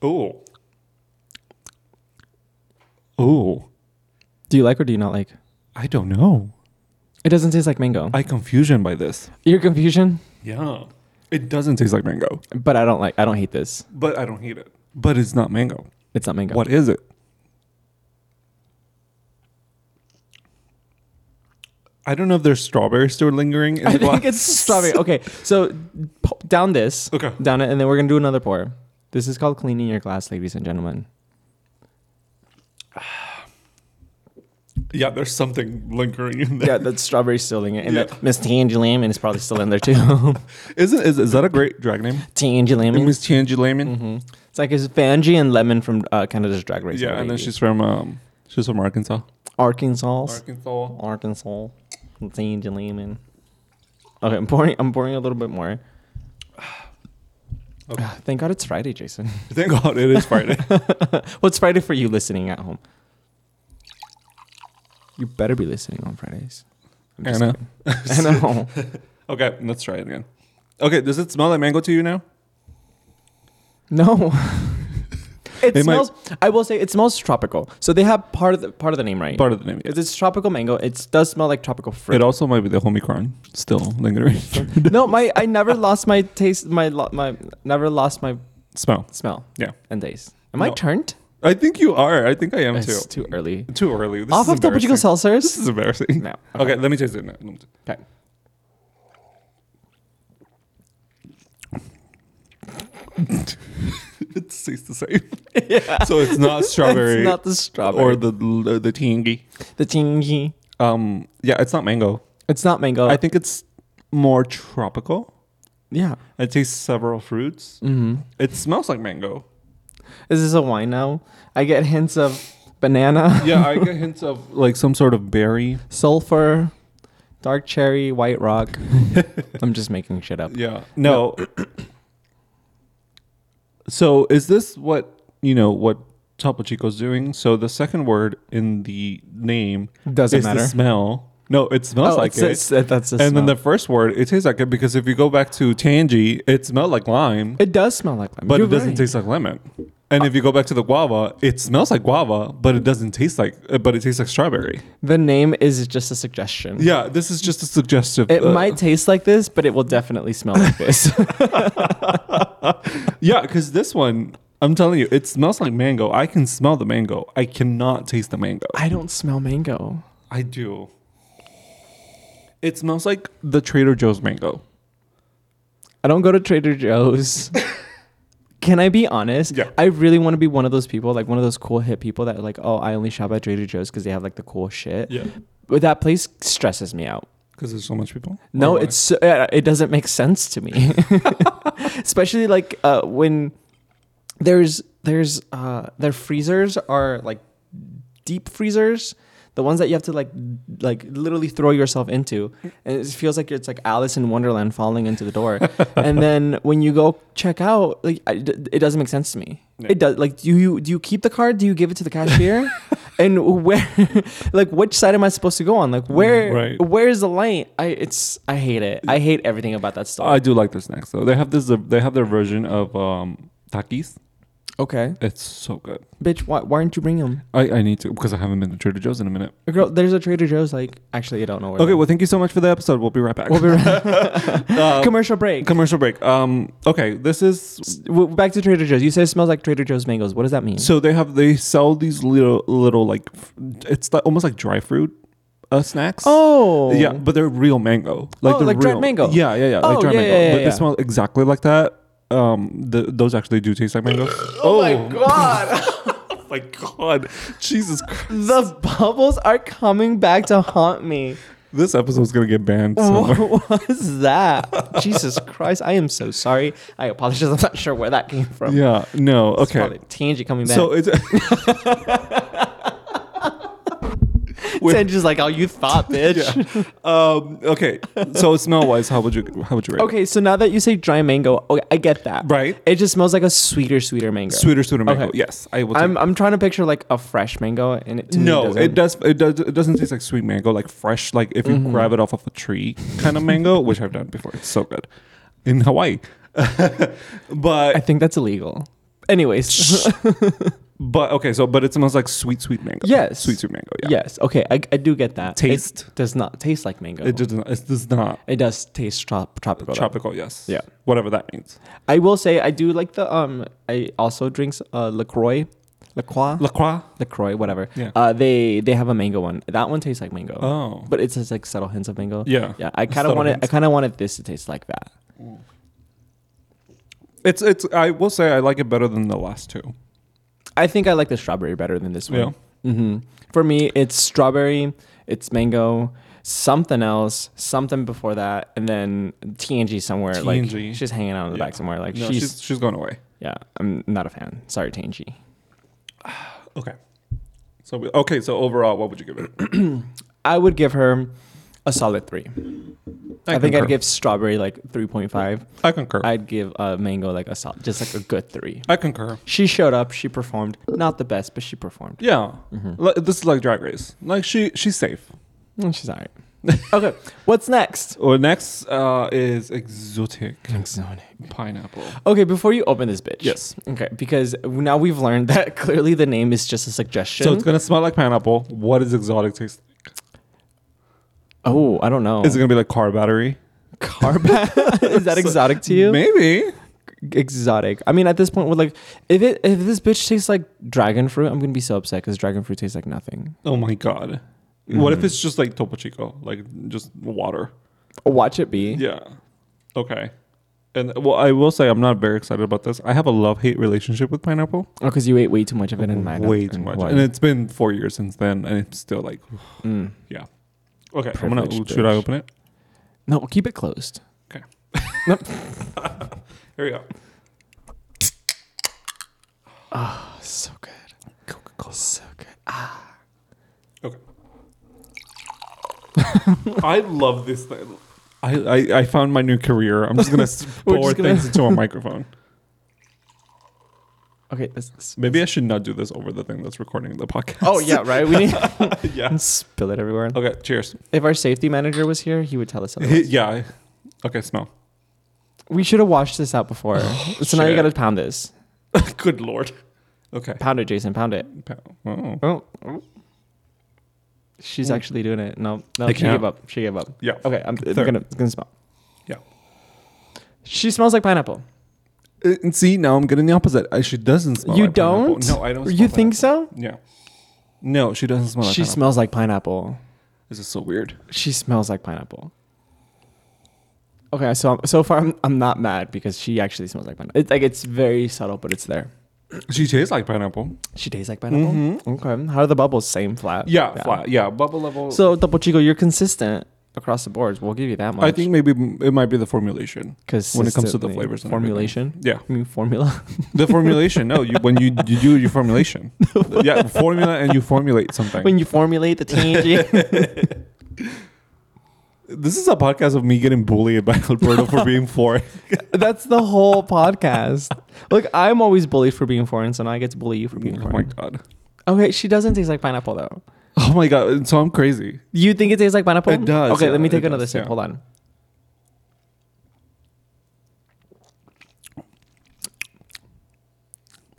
A: Oh. Oh.
B: Do you like or do you not like?
A: I don't know.
B: It doesn't taste like mango.
A: I confusion by this.
B: Your confusion?
A: Yeah. It doesn't taste like mango,
B: But I don't like. I don't hate this.
A: but I don't hate it. But it's not mango.
B: It's not mango.
A: What is it? I don't know if there's strawberries still lingering in the
B: I
A: glass.
B: think it's strawberry. Okay, so po- down this.
A: Okay.
B: down it, and then we're gonna do another pour. This is called cleaning your glass, ladies and gentlemen.
A: Yeah, there's something lingering in there.
B: Yeah, that strawberry's still in it, and
A: Yeah.
B: that Miss Tangy Lemon is probably still in there too.
A: Isn't is, is that a great drag name? Mm-hmm.
B: Tangy Lemon.
A: Miss Tianji Lamin.
B: It's like it's Vanjie and Lemon from uh, Canada's Drag Race.
A: Yeah, and then
B: baby.
A: she's from um she's from Arkansas.
B: Arkansas.
A: Arkansas.
B: Arkansas. Tangy Lemon. Okay, I'm pouring. I'm pouring a little bit more.
A: Okay.
B: Ah, Thank God it's Friday, Jason.
A: Thank God it is Friday.
B: What's Friday for you listening at home? You better be listening on Fridays. I'm just
A: Anna.
B: kidding. I know.
A: Okay, let's try it again. Okay, does it smell like mango to you now?
B: No. it
A: It might-
B: smells. I will say it smells tropical. So they have part of the part of the name right.
A: Part of the name. yeah.
B: Because it's tropical mango. It does smell like tropical fruit.
A: It also might be the Homicron still lingering.
B: no, my I never lost my taste. My lo- my never lost my
A: Smell.
B: smell.
A: Yeah.
B: And taste. Am I
A: No.
B: turned?
A: I think you are. I think I am too.
B: It's too early.
A: Too early. This
B: Off
A: is
B: of Topo Chico
A: embarrassing. This
B: seltzers.
A: is embarrassing.
B: No.
A: Okay, let me taste it now. Let me t-
B: Okay.
A: it tastes the same. So it's not strawberry
B: it's not the
A: or
B: strawberry.
A: the the, the tingy.
B: the tingy.
A: Um, yeah, it's not mango.
B: It's not mango.
A: I think it's more tropical.
B: yeah.
A: It tastes several fruits.
B: Mm-hmm.
A: It smells like mango.
B: Is this a wine now? I get hints of banana,
A: Yeah, I get hints of like some sort of berry.
B: sulfur, dark cherry, white rock. I'm just making shit up.
A: Yeah. No. so is this what you know what Topo Chico's doing? So the second word in the name
B: Doesn't
A: is
B: matter.
A: the smell. No, it smells
B: Oh,
A: like
B: it's-
A: it.
B: it's- that- that's the
A: and then
B: smell.
A: the first word, it tastes like it because if you go back to Tangy, it smelled like lime,
B: It does smell like lemon,
A: but
B: You're
A: it doesn't
B: right.
A: taste like lemon. And if you go back to the guava, it smells like guava, but it doesn't taste like. uh, But it tastes like strawberry.
B: The name is just a suggestion.
A: Yeah, this is just a suggestive.
B: It
A: uh,
B: might taste like this, but it will definitely smell like this.
A: Yeah, because this one, I'm telling you, it smells like mango. I can smell the mango. I cannot taste the mango.
B: I don't smell mango.
A: I do. It smells like the Trader Joe's mango.
B: I don't go to Trader Joe's. Can I be honest?
A: Yeah.
B: I really want to be one of those people, like one of those cool hip people that are like, oh, I only shop at Trader Joe's because they have like the cool shit.
A: Yeah.
B: But that place stresses me out.
A: Because there's so much people.
B: No,
A: Or why?
B: it's so, uh, it doesn't make sense to me. Especially like uh, when there's there's uh, their freezers are like deep freezers, the ones that you have to like like literally throw yourself into, and it feels like it's like Alice in Wonderland falling into the door. and then when you go check out, like I, it doesn't make sense to me.
A: No.
B: It does like do you do you keep the card? Do you give it to the cashier? and where like which side am I supposed to go on? Like where
A: Right.
B: where is the light? I it's I hate it. I hate everything about that store.
A: I do like their snacks though. They have this. uh, They have their version of um, takis.
B: okay,
A: It's so good.
B: bitch, why, why aren't you bringing them?
A: I, I need to because I haven't been to Trader Joe's in a minute.
B: Girl, there's a Trader Joe's. Like actually, I don't know where.
A: Okay,
B: they're-
A: well, thank you so much for the episode. We'll be right back.
B: we'll be right.
A: Uh,
B: commercial break.
A: commercial break. Um, okay, this is
B: S- w- back to Trader Joe's. You said it smells like Trader Joe's mangoes. What does that mean?
A: So they have they sell these little little like f- it's like, almost like dry fruit uh, snacks.
B: oh,
A: yeah, but they're real mango. Like
B: Oh,
A: they're
B: like dried
A: real
B: mango.
A: Yeah, yeah, yeah. like
B: Oh,
A: dried
B: yeah,
A: mango.
B: yeah, yeah,
A: but
B: yeah.
A: they smell exactly like that. Um, th those actually do taste like mango.
B: Oh my god,
A: Oh my god, Jesus! Christ.
B: the bubbles are coming back to haunt me.
A: This episode's gonna get banned. Somewhere.
B: What was that? Jesus Christ, I am so sorry. I apologize. I'm not sure where that came from.
A: Yeah, no,
B: It's
A: okay.
B: probably Tangy coming back.
A: So
B: So
A: it's with-
B: Tangy's like, oh, you thought, bitch.
A: yeah. um, okay. So smell wise, how would you how would you rate? it?
B: Okay, so now that you say dry mango, okay, I get that.
A: Right.
B: It just smells like a sweeter, sweeter mango.
A: Sweeter, sweeter mango.
B: Okay.
A: Yes, I will. take
B: I'm, I'm trying to picture like a fresh mango, and it to me
A: no,
B: doesn't.
A: it does. It does. It doesn't taste like sweet mango, like fresh, like if you
B: Mm-hmm.
A: grab it off of a tree kind of mango, which I've done before. It's so good in Hawaii.
B: I
A: but
B: think that's illegal. Anyways,
A: but okay, so but it smells like sweet sweet mango.
B: Yes.
A: sweet sweet mango. Yeah,
B: yes, okay, I, I do get that.
A: Taste.
B: it does not taste like mango.
A: it does not. It does not
B: It does taste trop- tropical. though.
A: tropical. Yes.
B: Yeah.
A: whatever that means.
B: I will say I do like the um. I also drinks uh Lacroix, Lacroix,
A: La Croix.
B: Lacroix, whatever.
A: Yeah.
B: Uh, they they have a mango one. That one tastes like mango.
A: Oh.
B: But it says like subtle hints of mango.
A: Yeah.
B: Yeah. I kind of
A: Subtle
B: wanted. I
A: hints.
B: kind of wanted this to taste like that.
A: It's it's. I will say I like it better than the last two.
B: I think I like the strawberry better than this one. hmm For me, it's strawberry, it's mango, something else, something before that, and then TNG somewhere. Like
A: TNG.
B: she's hanging out in the
A: Yeah.
B: back somewhere. Like
A: No,
B: she's,
A: she's she's going away.
B: yeah. I'm not a fan. Sorry, TNG.
A: Okay. So we- okay, so overall, what would you give it?
B: I would give her a solid three. I, think
A: concur.
B: I'd give strawberry like three point five.
A: I concur. I,
B: I'd give uh, mango like a solid, just like a good three.
A: concur.
B: She showed up. She performed. Not the best, but she performed. Mm-hmm.
A: Yeah, Like, this is like Drag Race. Like she, she's safe.
B: Mm, She's alright. okay, what's next?
A: Well, next uh, is exotic
B: Thanks, Sonic.
A: pineapple.
B: Okay, before you open this bitch.
A: Yes.
B: Okay, because now we've learned that clearly the name is just a suggestion.
A: So it's gonna smell like pineapple. What is exotic taste?
B: oh, I don't know.
A: Is it gonna be like car battery?
B: carb? is that exotic to you?
A: Maybe.
B: Exotic. I mean, at this point, would like if it if this bitch tastes like dragon fruit, I'm gonna be so upset because dragon fruit tastes like nothing.
A: Oh my god. What
B: Mm.
A: if it's just like Topo Chico, like just water?
B: Watch it be.
A: Yeah. Okay. And well, I will say I'm not very excited about this. I have a love hate relationship with pineapple.
B: Oh, because you ate way too much of it in mine.
A: way too much, and it's been four years since then, and it's still like,
B: Mm.
A: yeah. Okay, I'm gonna.
B: Privileged
A: Should I
B: bitch.
A: open it?
B: No, keep it closed.
A: Here we go.
B: Oh, so good. Coca Cola. So good.
A: I love this thing. I, I, I found my new career. I'm just gonna s-
B: We're
A: pour
B: just gonna-
A: things into a microphone.
B: Okay. This, this,
A: Maybe I should not do this over the thing that's recording the podcast.
B: Oh yeah, right. We need
A: yeah.
B: spill it everywhere.
A: Okay. Cheers.
B: If our safety manager was here, he would tell us. Otherwise.
A: yeah. Okay. Smell.
B: we should have washed this out before. so now you
A: Oh, shit.
B: gotta pound this.
A: Good lord. Okay.
B: Pound it, Jason. Pound it.
A: Pa- Oh.
B: Oh. She's
A: Mm.
B: actually doing it. No, no,
A: I
B: she
A: can't.
B: gave up. She gave up.
A: Yeah. Uh,
B: Okay, I'm it's
A: Third.
B: gonna it's gonna smell.
A: Yeah.
B: She smells like pineapple.
A: Uh, And see, now I'm getting the opposite. I, she doesn't smell.
B: you
A: like pineapple.
B: don't?
A: No, I don't.
B: You
A: smell
B: think so?
A: pineapple. Yeah. No, she doesn't smell. Like
B: she
A: she smells.
B: smells like pineapple.
A: This is so weird.
B: She smells like pineapple. Okay, so so far I'm, I'm not mad because she actually smells like pineapple. It's like it's very subtle, but it's there.
A: She tastes like pineapple.
B: She tastes like pineapple. Okay, how are the bubbles? Same flat.
A: Mm-hmm. Yeah, flat. Yeah, bubble level.
B: So double chico, you're consistent across the boards. We'll give you that much.
A: I think maybe m- it might be the formulation.
B: because
A: when it comes to the flavors and
B: formulation.
A: Yeah,
B: I mean formula.
A: the formulation. no, you when you you do your formulation. yeah, formula and you formulate something.
B: when you formulate the TNG.
A: this is a podcast of me getting bullied by Alberto for being foreign.
B: That's the whole podcast. Look, I'm always bullied for being foreign, so now I get to bully you for being
A: oh my
B: foreign.
A: god.
B: okay, she doesn't taste like pineapple though.
A: Oh my god. So I'm crazy.
B: You think it tastes like pineapple?
A: It does,
B: Okay,
A: yeah,
B: let me
A: it
B: take another
A: does,
B: sip.
A: yeah.
B: Hold on.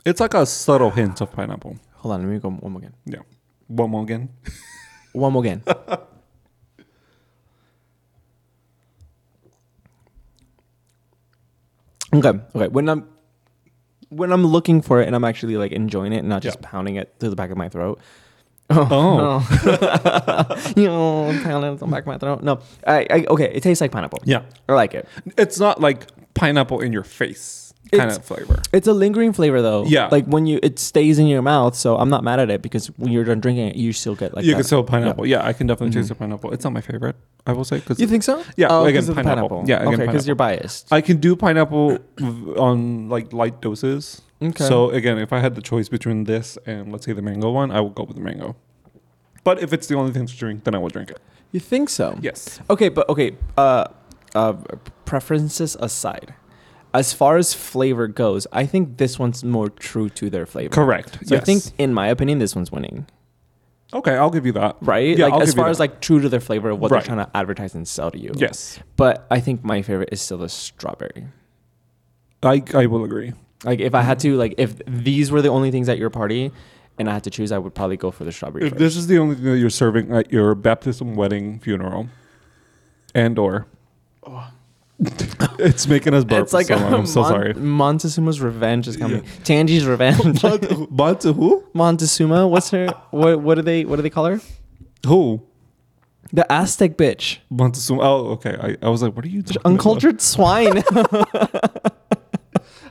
A: It's like a subtle hint of pineapple.
B: Hold on. Let me go one more again.
A: Yeah. One more again.
B: One more again. okay. Okay. When I'm when I'm looking for it and I'm actually like enjoying it and not just
A: Yeah.
B: pounding it to the back of my throat.
A: Oh.
B: Oh. you know, pounding it to the back of my throat. No. I, I okay, it tastes like pineapple.
A: Yeah.
B: I like it.
A: It's not like pineapple in your face kind
B: It's-
A: of flavor.
B: It's a lingering flavor though.
A: Yeah.
B: Like when you it stays in your mouth, so I'm not mad at it because when you're done drinking it, you still get like
A: you
B: that.
A: can still pineapple. Mm-hmm. Yeah, I can definitely taste the pineapple. It's not my favorite, I will say, because
B: You think so?
A: Yeah,
B: oh,
A: again,
B: 'cause of the
A: pineapple.
B: pineapple.
A: Yeah, again,
B: okay, because you're biased.
A: I can do pineapple v- on like light doses.
B: Okay.
A: So again, if I had the choice between this and let's say the mango one, I would go with the mango. But if it's the only thing to drink, then I will drink it.
B: You think so?
A: Yes.
B: Okay, but okay, uh, uh, preferences aside, as far as flavor goes, I think this one's more true to their flavor.
A: Correct.
B: So
A: yes.
B: I think, in my opinion, this one's winning,
A: okay, I'll give you that.
B: right?
A: Yeah,
B: like
A: I'll
B: as
A: give you
B: far as
A: that.
B: like true to their flavor of what
A: Right.
B: they're trying to advertise and sell to you.
A: Yes.
B: But I think my favorite is still the strawberry.
A: I, I will agree.
B: Like if I had
A: Mm-hmm.
B: to, like if these were the only things at your party, and I had to choose, I would probably go for the strawberry.
A: If
B: first.
A: this is the only thing that you're serving at your baptism, wedding, funeral, and or it's making us burp.
B: Oh. it's like
A: so long. I'm so
B: Mon-
A: sorry.
B: Montezuma's revenge is coming. Tangi's revenge.
A: But to who?
B: Montezuma, what's her? What what do they what do they call her?
A: Who?
B: The Aztec bitch.
A: Montezuma. Oh, okay. I, I was like, what are you talking about?
B: Uncultured swine.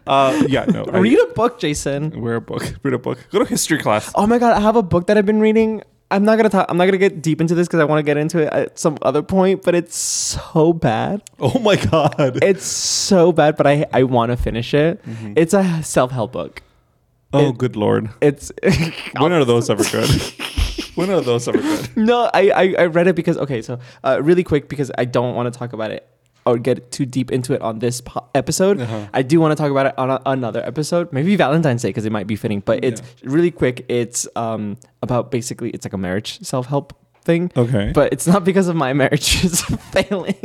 A: Uh, yeah, no. I-
B: Read a book, Jason.
A: Wear a book. Read a book. Go to history class.
B: Oh my god, I have a book that I've been reading. I'm not gonna talk. I'm not gonna get deep into this because I want to get into it at some other point. But it's so bad.
A: Oh my god.
B: It's so bad. But I I want to finish it. It's a self help book.
A: oh,
B: it-
A: good lord.
B: It's
A: When are those ever good? when are those ever good?
B: no. I, I I read it because okay. So uh, really quick because I don't want to talk about it or get too deep into it on this po- episode.
A: Uh-huh.
B: I do want to talk about it on a, another episode, maybe Valentine's Day because it might be fitting. But it's really quick. It's um about basically it's like a marriage self help thing.
A: Okay.
B: But it's not because of my marriage is failing.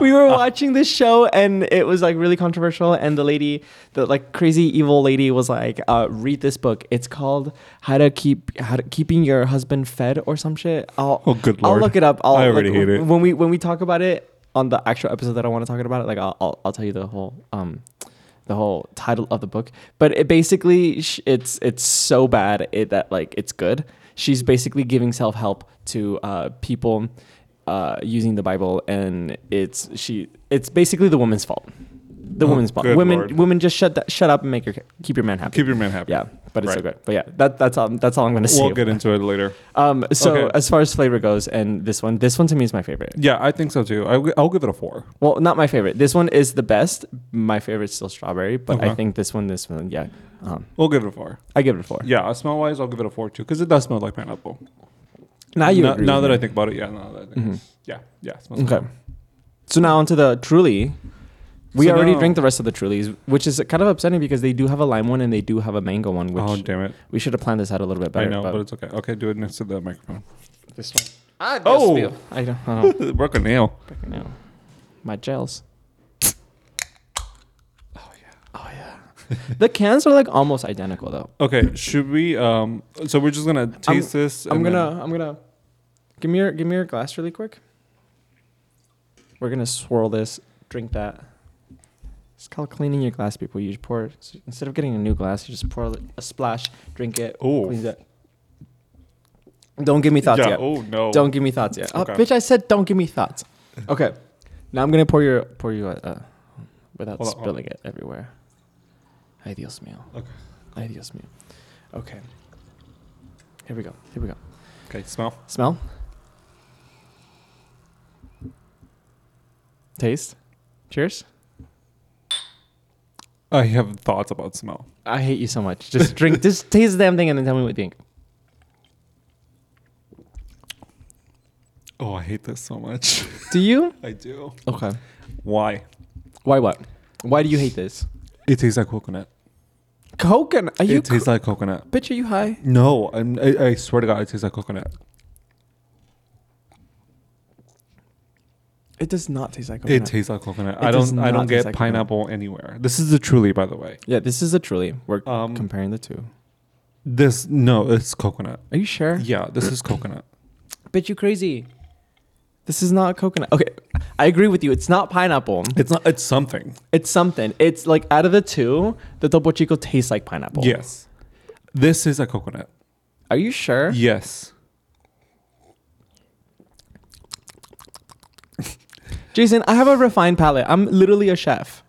B: we were watching this show and it was like really controversial. And the lady, the like crazy evil lady, was like, uh, "Read this book. It's called How to Keep How to Keeping Your Husband Fed or some shit." I'll,
A: Oh, good
B: I'll
A: lord.
B: look it up. I'll,
A: I already
B: like,
A: hate it.
B: When we when we talk about it on the actual episode that I want to talk about it, like I'll, I'll I'll tell you the whole um the whole title of the book. But it basically sh- it's it's so bad it, that like it's good. She's basically giving self help to uh, people uh, using the Bible, and it's she. It's basically the woman's fault. The
A: Oh,
B: woman's fault.
A: good
B: Women,
A: Lord.
B: women, just shut that, shut up and make your keep your man happy.
A: Keep your man happy.
B: yeah, but it's so
A: Right.
B: good. But yeah, that, that's all. That's all I'm gonna say.
A: We'll get into it later.
B: Um, so
A: Okay.
B: as far as flavor goes, and this one, this one to me is my favorite.
A: Yeah, I think so too. I, will give it a four.
B: Well, not my favorite. This one is the best. My favorite's still strawberry, but
A: Okay.
B: I think this one, this one, yeah, um,
A: We'll give it a four.
B: I give it a four.
A: Yeah, smell wise, I'll give it a four too because it does smell like pineapple.
B: Now you
A: now,
B: agree
A: now
B: with
A: that
B: me.
A: I think about it, yeah, now that I think,
B: Mhm.
A: yeah, yeah, it smells
B: Okay. So now onto the Truly. We
A: So
B: already
A: now-
B: drank the rest of the Trulies, which is kind of upsetting because they do have a lime one and they do have a mango one, which
A: oh damn it!
B: we should have planned this out a little bit better.
A: I know, but,
B: but
A: it's okay. Okay, do it next to the microphone.
B: this one. I
A: Oh!
B: oh, I don't, I don't
A: Work a nail.
B: freaking know. My gels. Oh yeah. Oh yeah. the cans are like almost identical though.
A: Okay, should we? Um, so we're just gonna taste this.
B: I'm
A: and then-
B: gonna I'm gonna give me your give me your glass really quick. We're gonna swirl this, drink that. It's called cleaning your glass, people. You just pour it so instead of getting a new glass, you just pour a li- a splash, drink it,
A: Ooh.
B: cleans it. Don't give me thoughts
A: yeah.
B: yet.
A: Oh no.
B: Don't give me thoughts yet. Oh,
A: Okay.
B: bitch, I said don't give me thoughts. Okay, now I'm gonna pour your pour you uh, uh, without
A: Hold on, hold on.
B: spilling it everywhere. Ay Dios mío.
A: Okay.
B: Ay Dios mío. Okay. Here we go. Here we go.
A: Okay, smell.
B: Smell. Taste. Cheers.
A: I have thoughts about smell.
B: I hate you so much. Just drink. just taste the damn thing and then tell me what you think.
A: Oh, I hate this so much.
B: Do you?
A: I do.
B: Okay.
A: Why?
B: Why what? Why do you hate this?
A: It tastes like coconut.
B: Coconut. Are you?
A: It tastes like coconut.
B: co- bitch, are you high?
A: No, I'm, I, I swear to God, it tastes like coconut.
B: It does not taste like
A: It tastes like coconut. I
B: It does
A: don't. I
B: not
A: don't get
B: taste like coconut.
A: pineapple anywhere. This is the truly, by the way.
B: yeah, this is a truly. We're
A: Um,
B: comparing the two.
A: This no, it's coconut.
B: Are you sure?
A: Yeah, this is coconut.
B: Bitch, you crazy. This is not coconut. Okay, I agree with you. It's not pineapple.
A: It's not. It's something.
B: It's something. It's like out of the two, the Topo Chico tastes like pineapple.
A: Yes, this is a coconut.
B: Are you sure?
A: Yes.
B: Jason, I have a refined palate. I'm literally a chef.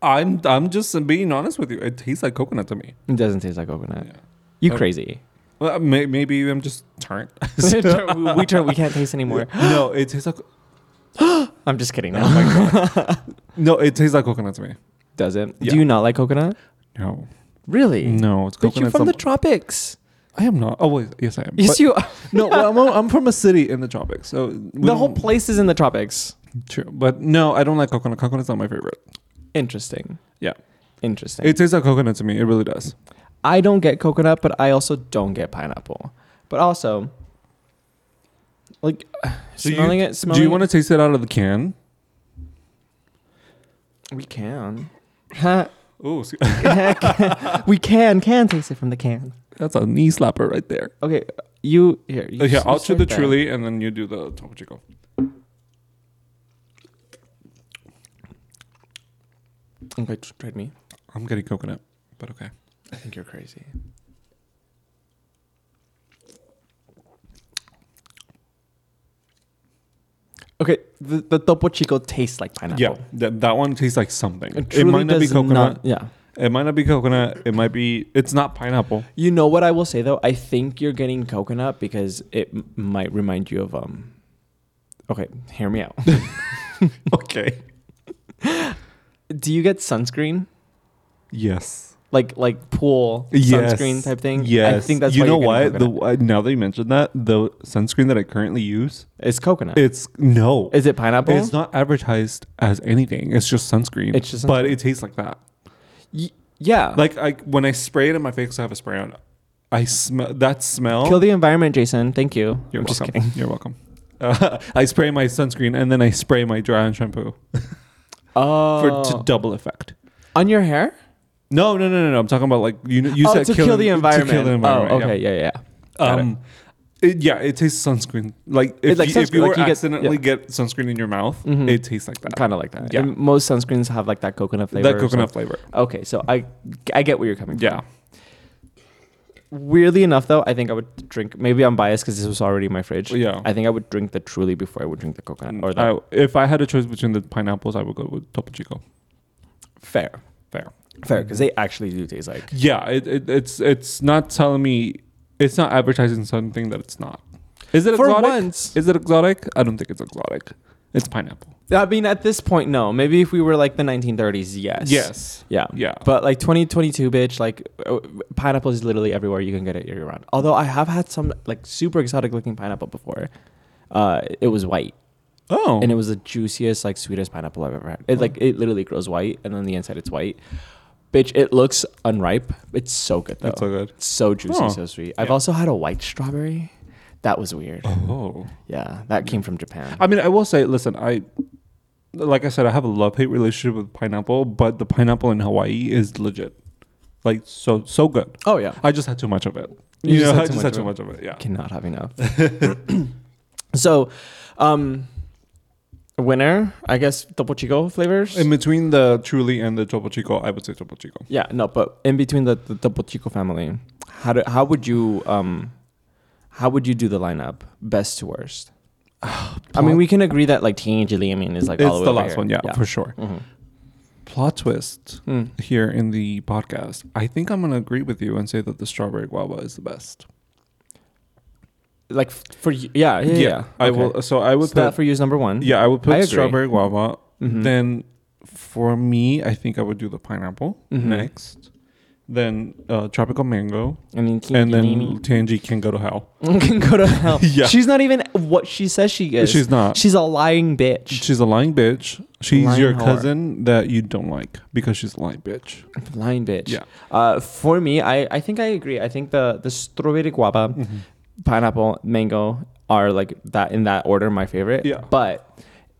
A: I'm I'm just being honest with you. It tastes like coconut to me.
B: It doesn't taste like coconut.
A: Yeah.
B: You
A: Okay.
B: crazy.
A: Well, may, maybe I'm just turned.
B: we turn, we turn- we can't taste anymore.
A: no, it tastes like
B: I'm just kidding.
A: oh
B: No,
A: my God. no, it tastes like coconut to me.
B: doesn't.
A: Yeah. Mm.
B: Do you not like coconut?
A: No,
B: Really?
A: no, it's
B: But
A: coconut.
B: you're from
A: some-
B: the tropics.
A: I am not. Oh wait, yes I am.
B: Yes,
A: But-
B: you. Are.
A: no, well, I'm, I'm from a city in the tropics, so we
B: The whole
A: don't-
B: place is in the tropics.
A: True, but no, I don't like coconut. Coconut's not my favorite.
B: Interesting.
A: Yeah.
B: Interesting.
A: It tastes like coconut to me. It really does.
B: I don't get coconut, but I also don't get pineapple. But also, like
A: So you-
B: smelling it. Smelling
A: Do you want to taste it out of the can?
B: to? We can.
A: Oh,
B: we can can taste it from the can.
A: that's a knee slapper right there.
B: Okay, you here. You
A: Okay,
B: s-
A: I'll
B: you
A: chew
B: serve
A: the
B: that.
A: truly, and then you do the topo chico.
B: Okay, tr- trade me.
A: I'm getting coconut, but okay.
B: I think you're crazy. Okay, the, the Topo Chico tastes like pineapple.
A: Yeah, that, that one tastes like something.
B: It,
A: It,
B: truly
A: might not be
B: does
A: coconut.
B: yeah.
A: It might not be coconut. It might be. It's not pineapple.
B: You know what I will say though? I think you're getting coconut because it m- might remind you of um. Okay, hear me out.
A: Okay.
B: Do you get sunscreen?
A: Yes.
B: Like like pool
A: Yes.
B: sunscreen type thing?
A: Yes.
B: I think that's
A: you
B: why
A: know
B: you're
A: why.
B: getting
A: The,
B: coconut.
A: uh, now that you mentioned that, the sunscreen that I currently use,
B: it's coconut.
A: it's no.
B: Is it pineapple?
A: It's not advertised as anything. It's just sunscreen.
B: It's just
A: but
B: sunscreen.
A: it tastes like that.
B: Y- yeah.
A: Like I when I spray it in my face, I have a spray on. I smell that smell.
B: Kill the environment, Jason. Thank you.
A: oh. You're
B: I'm
A: welcome.
B: just kidding.
A: You're welcome. Uh, I spray my sunscreen and then I spray my dry on shampoo for
B: Oh,
A: to double effect.
B: on your hair?
A: No, no, no, no, no. I'm talking about like you know you
B: oh,
A: said
B: to kill, the environment.
A: To kill the environment.
B: Oh, okay. Yeah, yeah.
A: Yeah.
B: Got it.
A: Um, it- yeah, it tastes sunscreen. Like if
B: It's like
A: you, if
B: sunscreen,
A: you
B: like
A: were
B: you get-
A: accidentally get, sunscreen in your mouth,
B: Mhm.
A: it tastes like that.
B: Kind of like that.
A: Yeah.
B: And most sunscreens have like that coconut flavor. Mm-hmm.
A: that
B: or
A: coconut flavor.
B: something. Okay, so I I get where you're coming from.
A: Yeah.
B: weirdly enough, though, I think I would drink. Maybe I'm biased because this was already in my fridge.
A: Yeah. Mm,
B: I think I would drink the Truly before I would drink the coconut or the
A: I, if I had a choice between the pineapples, I would go with Topo Chico.
B: fair,
A: Fair.
B: fair because they actually do taste like.
A: Yeah, it, it, it's it's not telling me it's not advertising something that it's not. Is it
B: For
A: exotic?
B: once.
A: Is it exotic? I don't think it's exotic. It's pineapple.
B: I mean, at this point, no. Maybe if we were like the 1930s, yes.
A: Yes.
B: Yeah.
A: Yeah.
B: But like 2022, bitch, like uh, pineapple is literally everywhere you can get it year round. Although I have had some like super exotic looking pineapple before. Uh, it was white,
A: oh.
B: and it was the juiciest, like sweetest pineapple I've ever had. It like it literally grows white, and on the inside it's white. Bitch, it looks unripe. It's so good though.
A: It's so good.
B: It's so juicy,
A: Huh.
B: so sweet. I've
A: Yeah.
B: also had a white strawberry. That was weird.
A: oh.
B: Yeah, that came from Japan.
A: I mean, I will say, listen, I like I said, I have a love hate relationship with pineapple, but the pineapple in Hawaii is legit. Like so so good.
B: oh yeah,
A: I just had too much of it.
B: You
A: You,
B: just
A: know,
B: had
A: I
B: too
A: just
B: much
A: had
B: of
A: too
B: it.
A: much of it. Yeah.
B: cannot have enough. so, um, winner, I guess, Topo Chico flavors.
A: In between the Truly and the Topo Chico, I would say Topo Chico.
B: yeah, no, but in between the, the Topo Chico family, how do, how would you um, how would you do the lineup, best to worst? I mean, we can agree that like Teenage Liamine is like
A: it's
B: all
A: the,
B: the way over
A: last
B: here.
A: one, yeah, for sure.
B: Mhm.
A: Plot twist
B: Mm.
A: here in the podcast. I think I'm gonna agree with you and say that the strawberry guava is the best.
B: Like f- for you, yeah, yeah, yeah.
A: I
B: Okay.
A: will. So I would
B: So that
A: put.
B: for you is number one.
A: yeah, I would
B: Mm-hmm. I
A: put
B: agree.
A: strawberry guava.
B: Mhm.
A: Then for me, I think I would do the pineapple
B: Mhm.
A: next. Then uh, tropical mango,
B: and then,
A: and then Tangy can go to hell.
B: can go to hell.
A: Yeah.
B: She's not even what she says she is.
A: She's not.
B: She's a lying bitch.
A: She's a lying bitch. She's
B: Lying
A: your
B: whore.
A: cousin that you don't like because she's a lying bitch.
B: Lying bitch.
A: Yeah.
B: Uh, for me, I, I think I agree. I think the the strawberry guava,
A: Mm-hmm.
B: pineapple, mango are like that in that order my favorite.
A: Yeah.
B: But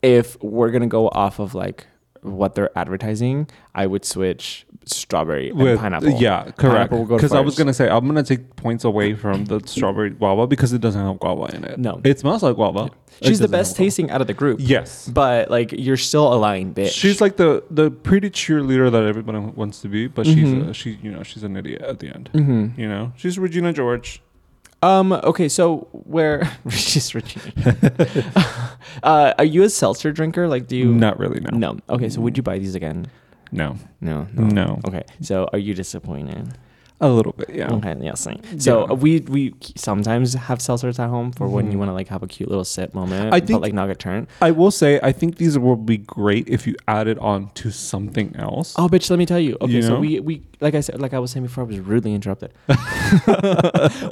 B: if we're gonna go off of like what they're advertising, I would switch strawberry and pineapple.
A: Yeah, correct.
B: Pineapple will go
A: Because I was
B: first.
A: gonna say I'm gonna take points away from the strawberry guava because it doesn't have guava in it.
B: No.
A: it smells like guava. It
B: She's the
A: doesn't
B: best
A: have guava.
B: tasting out of the group.
A: Yes,
B: But like you're still a lying bitch.
A: she's like the the pretty cheerleader that everybody wants to be, but she's a, she you know she's an idiot at the end.
B: Mhm.
A: You know, she's Regina George.
B: Um. Okay. So where she's Regina? uh, are you a seltzer drinker? Like, do you?
A: Not really. No.
B: No. Okay. So would you buy these again?
A: No.
B: No.
A: No.
B: Okay. So are you disappointed?
A: A little bit. Yeah.
B: Okay. Yeah. same. So uh,
A: Yeah.
B: we we sometimes have seltzers at home for when you
A: Mhm.
B: want to like have a cute little sip moment.
A: I
B: but
A: think-
B: like not get turned.
A: I will say I think these will be great if you add it on to something else.
B: Oh, bitch. Let me tell you. Okay.
A: You
B: So
A: know?
B: we we like I said like I was saying before I was rudely interrupted.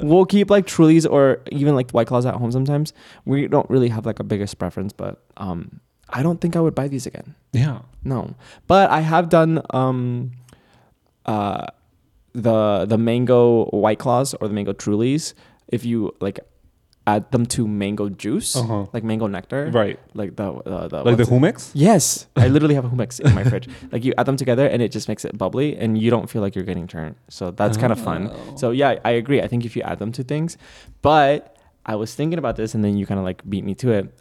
B: we'll keep like Trulies or even like White Claws at home sometimes. We don't really have like a biggest preference, but um, I don't think I would buy these again.
A: Yeah.
B: No, but I have done um, uh, the the mango white claws or the mango Trulies. If you like, add them to mango juice,
A: Uh-huh.
B: like mango nectar,
A: Right.
B: Like the uh, the
A: Like the
B: what's it-
A: Humex.
B: Yes, I literally have a humex in my fridge. Like you add them together, and it just makes it bubbly, and you don't feel like you're getting turned. So that's kind of fun.
A: Oh.
B: So yeah, I agree. I think if you add them to things, but I was thinking about this, and then you kind of like beat me to it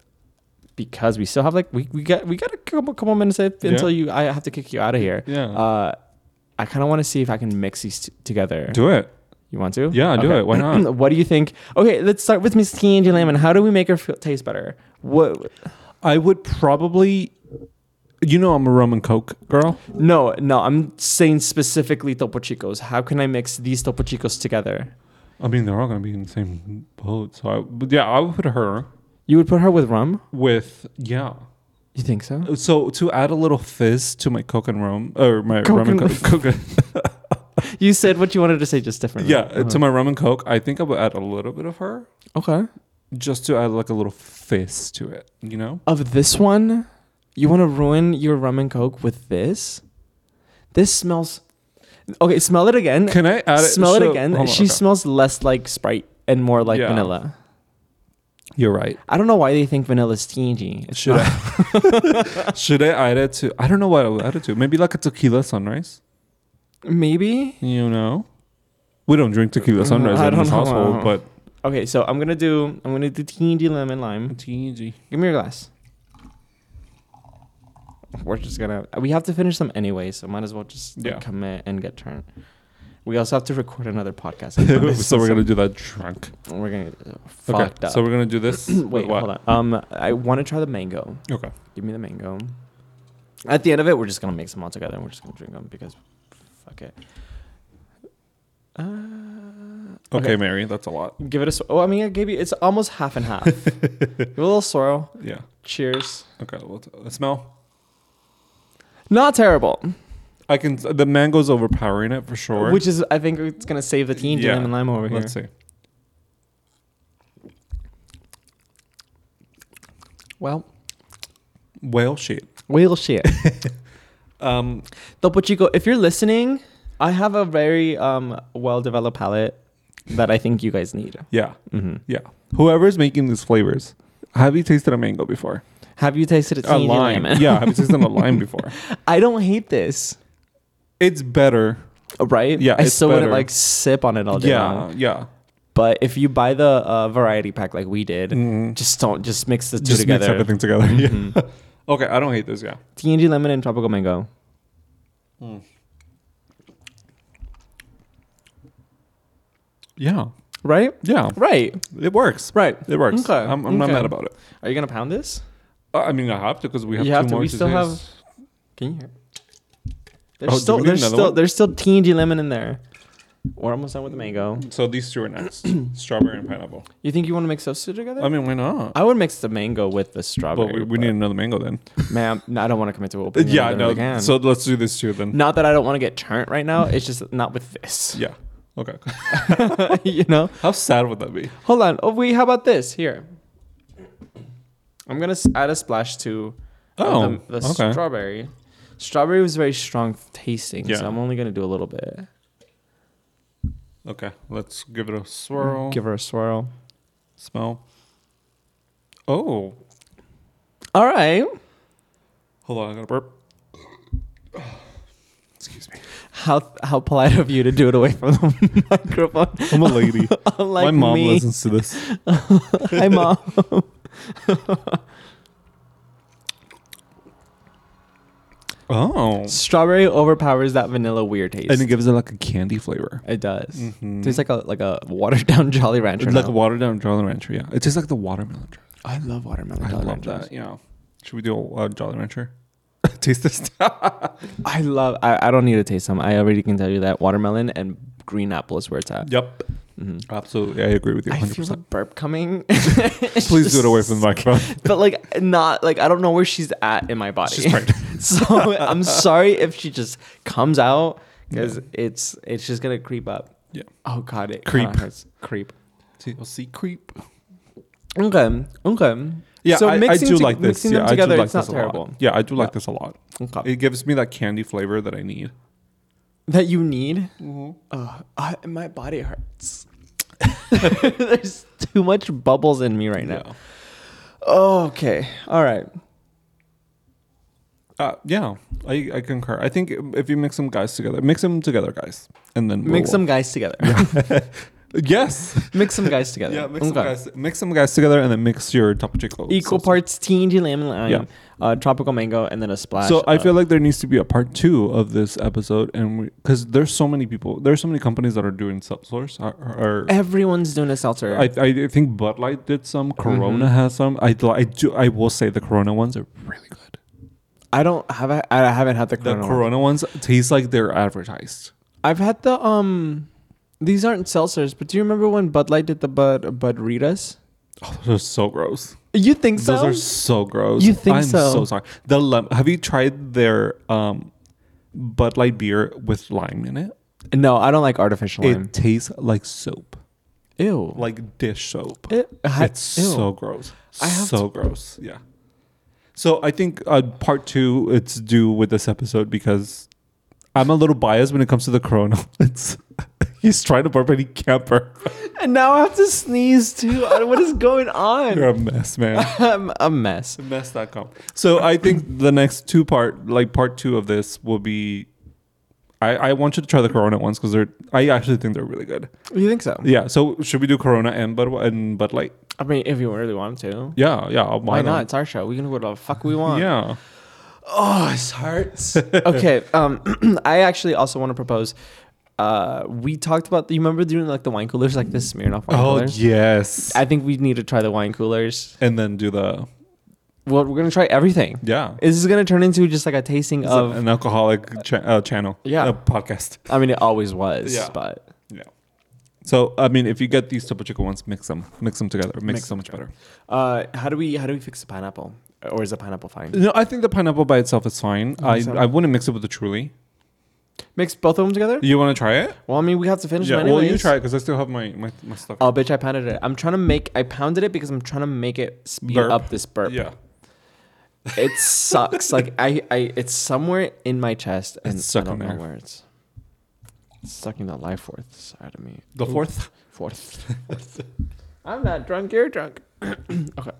B: because we still have like we we got we got a couple couple minutes in-
A: Yeah.
B: until you I have to kick you out of here.
A: Yeah.
B: Uh, I kind of want to see if I can mix these t- together.
A: do it.
B: you want to?
A: Yeah, do it. Why not?
B: what do you think? Okay, let's start with Miss T and Lemon. How do we make her feel, taste better? What?
A: I would probably. You know, I'm a rum and coke girl.
B: No, no, I'm saying specifically Topo Chicos. How can I mix these Topo Chicos together?
A: I mean, they're all gonna be in the same boat. So, I, but yeah, I would put her
B: You would put her with rum?
A: with yeah.
B: You think so?
A: So to add a little fizz to my coke and rum or my
B: Coke
A: rum and
B: and-
A: coke, coke and-
B: You said what you wanted to say just differently.
A: yeah, uh,
B: Uh-huh.
A: to my rum and coke, I think I would add a little bit of her
B: okay.
A: just to add like a little fizz to it. You know?
B: Of this one, you want to ruin your rum and coke with this? This smells. Okay, smell it again.
A: Can I add it?
B: smell it
A: so-
B: again.
A: hold on,
B: she
A: okay.
B: smells less like Sprite and more like
A: Yeah.
B: vanilla.
A: You're right.
B: I don't know why they think vanilla's tangy. It's
A: Should I? should I add it to? I don't know what I would add it to. Maybe like a tequila sunrise.
B: Maybe.
A: You know, we don't drink tequila
B: Mm,
A: sunrise
B: I
A: in this
B: don't know.
A: household, but
B: Okay, so I'm gonna do. I'm gonna do teeny lemon lime.
A: it's easy.
B: Give me your glass. We're just gonna. We have to finish them anyway, so might as well just like,
A: Yeah.
B: commit and get turned. We also have to record another podcast. I promise.
A: so we're gonna do that drunk.
B: we're gonna get uh, fucked up.
A: So we're gonna do this.
B: Wait, hold on. Um, I want to try the mango.
A: Okay.
B: Give me the mango. At the end of it, we're just gonna mix them all together and we're just gonna drink them because, fuck it. Uh,
A: okay. Mary, that's a lot.
B: Give it a. sw- Oh, I mean, I gave you. It's almost half and half. Give it a little swirl.
A: Yeah.
B: Cheers.
A: Okay. Well, let's smell.
B: Not terrible.
A: I can. The mango's overpowering it for sure.
B: Which is, I think, it's gonna save the teen
A: Yeah.
B: jam and lime over here.
A: Let's see.
B: Well,
A: Whale shit.
B: whale shit.
A: Um.
B: Topo Chico, if you're listening, I have a very um, well-developed palate that I think you guys need.
A: Yeah.
B: Mm-hmm.
A: Yeah. Whoever's making these flavors, have you tasted a mango before?
B: Have you tasted a
A: A
B: teeny
A: lime.
B: lemon?
A: Yeah. Have you tasted a lime before?
B: I don't hate this,
A: It's better.
B: right?
A: Yeah,
B: I
A: it's
B: still wouldn't
A: better.
B: like sip on it all day.
A: Yeah.
B: long.
A: Yeah.
B: But if you buy the uh, variety pack like we did,
A: Mhm.
B: just don't just mix the two
A: Just mix
B: together. Mm-hmm.
A: everything together. Yeah. Okay. I don't hate this. Yeah.
B: TNG lemon and tropical mango.
A: Yeah.
B: Right?
A: Yeah.
B: Right.
A: It works.
B: Right.
A: It works.
B: Okay,
A: I'm, I'm not
B: okay.
A: mad about it.
B: Are you gonna pound this?
A: Uh, I mean, I have to because we have
B: You
A: two
B: have to.
A: more
B: We still have-
A: taste.
B: Can you hear?
A: Oh,
B: There's
A: do
B: still
A: we need
B: there's
A: another
B: still
A: one?
B: there's still TNG lemon in there. We're almost done with the mango.
A: So these two are next: strawberry and pineapple.
B: You think you want to mix those two together?
A: I mean, why not?
B: I would mix the mango with the
A: But
B: strawberry.
A: Um, we, we need another mango then.
B: man. I'm- I don't want to commit to opening.
A: Yeah,
B: another
A: no.
B: Again.
A: So let's do this too then.
B: not that I don't want to get turned right now. It's just not with this.
A: Yeah. Okay.
B: you know.
A: How sad would that be?
B: Hold on. Oh wait. How about this? Here. I'm gonna s- add a splash to uh,
A: Oh,
B: the, the
A: okay.
B: strawberry. Strawberry was very strong tasting,
A: Yeah.
B: so I'm only gonna do a little bit.
A: Okay. Let's give it a swirl.
B: Give her a swirl.
A: smell. Oh,
B: All right.
A: hold on. I gotta burp. Excuse me.
B: How how polite of you to do it away from the microphone.
A: I'm a lady.
B: Unlike
A: My mom
B: me.
A: listens to this.
B: Hi, mom.
A: Oh.
B: Strawberry overpowers that vanilla weird taste.
A: And it gives it like a candy flavor.
B: It does.
A: Mhm.
B: Tastes like a like a watered down Jolly Rancher.
A: Like
B: now.
A: watered down Jolly Rancher, yeah. It tastes like the watermelon. Jolly
B: I love watermelon.
A: I
B: Jolly
A: love
B: Ranchers.
A: that. Yeah. Should we do a uh, Jolly Rancher? Taste this.
B: I love. I, I don't need to taste them. I already can tell you that watermelon and green apple is where it's at.
A: yep.
B: hmm
A: Absolutely. I agree with you
B: I
A: 100%.
B: feel a burp coming.
A: Please do it away from the microphone.
B: But like not like I don't know where she's at in my body.
A: She's pregnant.
B: so I'm sorry if she just comes out because it's it's just gonna creep up.
A: Yeah.
B: Oh god, it
A: Creep.
B: kinda hurts. Creep.
A: See, oh, see creep.
B: Okay. Okay.
A: Yeah,
B: So
A: I, I
B: mixing
A: do
B: to-
A: like this.
B: Mixing
A: Yeah,
B: them
A: I do
B: together,
A: like
B: it's
A: this
B: not
A: a
B: terrible.
A: lot. Yeah, I do like
B: Yeah.
A: this a lot.
B: Okay.
A: It gives me that candy flavor that I need.
B: that you need.
A: Mm-hmm.
B: Ugh, I, my body hurts. There's too much bubbles in me right now.
A: Yeah.
B: Oh, okay. All right.
A: Uh, yeah, I, I concur. I think if you mix them guys together, mix them together, guys, and then
B: Mix
A: we'll-
B: some guys together.
A: Yes.
B: mix some guys together.
A: Yeah, mix some
B: Okay.
A: guys. Mix some guys together, and then mix your Topo Chico.
B: Equal
A: sauce.
B: parts TNG lemon lime,
A: Yeah.
B: uh, tropical mango, and then a splash.
A: So I
B: of-
A: feel like there needs to be a part two of this episode, and because there's so many people, there's so many companies that are doing self source. Are, are
B: everyone's doing a seltzer.
A: I, I think Bud Light did some. Corona has some. I do- I do I will say the Corona ones are really good.
B: I don't have. I I haven't had the
A: The
B: Corona. one.
A: Corona ones taste like they're advertised.
B: I've had the um. These aren't seltzers, but do you remember when Bud Light did the Bud Bud Ritas?
A: Oh, those are so gross.
B: You think so?
A: Those are so gross.
B: You think
A: I'm
B: so?
A: so sorry. The lem- have you tried their um Bud Light beer with lime in it?
B: No, I don't like artificial lime.
A: It tastes like soap,
B: Ew.
A: like dish soap.
B: It- I-
A: it's
B: ew.
A: so gross.
B: I have
A: so gross. Yeah. So I think uh, part two it's due with this episode because I'm a little biased when it comes to the Corona. It's he's trying to burp and he can't burp.
B: And now I have to sneeze too. I- what is going on?
A: You're a mess, man.
B: I'm a mess.
A: mess.com. So I think the next two part, like part two of this, will be. I, I want you to try the Corona ones because they're. I actually think they're really good.
B: You think so?
A: Yeah. So should we do Corona and Bud and Bud Light?
B: I mean, if you really want to.
A: Yeah. Yeah.
B: Why not? It's our show. We can do whatever the fuck we want.
A: Yeah.
B: Oh, it hurts. okay. Um, I actually also want to propose. uh, we talked about. You remember doing like the wine coolers, like the Smirnoff wine
A: Oh
B: coolers.
A: yes,
B: I think we need to try the wine coolers.
A: and then do the
B: Well, we're gonna try everything.
A: yeah.
B: This is gonna turn into just like a tasting
A: It's
B: of.
A: an alcoholic cha- uh, channel,
B: Yeah.
A: uh, podcast.
B: I mean, it always was,
A: Yeah.
B: but
A: Yeah. So I mean, if you get these Topo Chico ones, mix them, mix them together, it makes
B: Mix
A: it so much better.
B: uh, how do we how do we fix the pineapple, or is the pineapple fine?
A: No, I think the pineapple by itself is fine. I
B: so?
A: I wouldn't mix it with the Truly.
B: Mix both of them together.
A: You want to try it?
B: Well, I mean, we have to finish.
A: Yeah.
B: them
A: Well, you
B: anyways.
A: try it because I still have my my, my stuff.
B: Oh, bitch! I pounded it. I'm trying to make. I pounded it because I'm trying to make it speed
A: Burp.
B: up this burp.
A: Yeah.
B: It sucks. like I, I, it's somewhere in my chest, and
A: It's stuck
B: I don't
A: in
B: know
A: there.
B: where it's. it's sucking the life force out of me.
A: The
B: Ooh,
A: fourth.
B: Fourth. I'm not drunk. You're drunk. okay.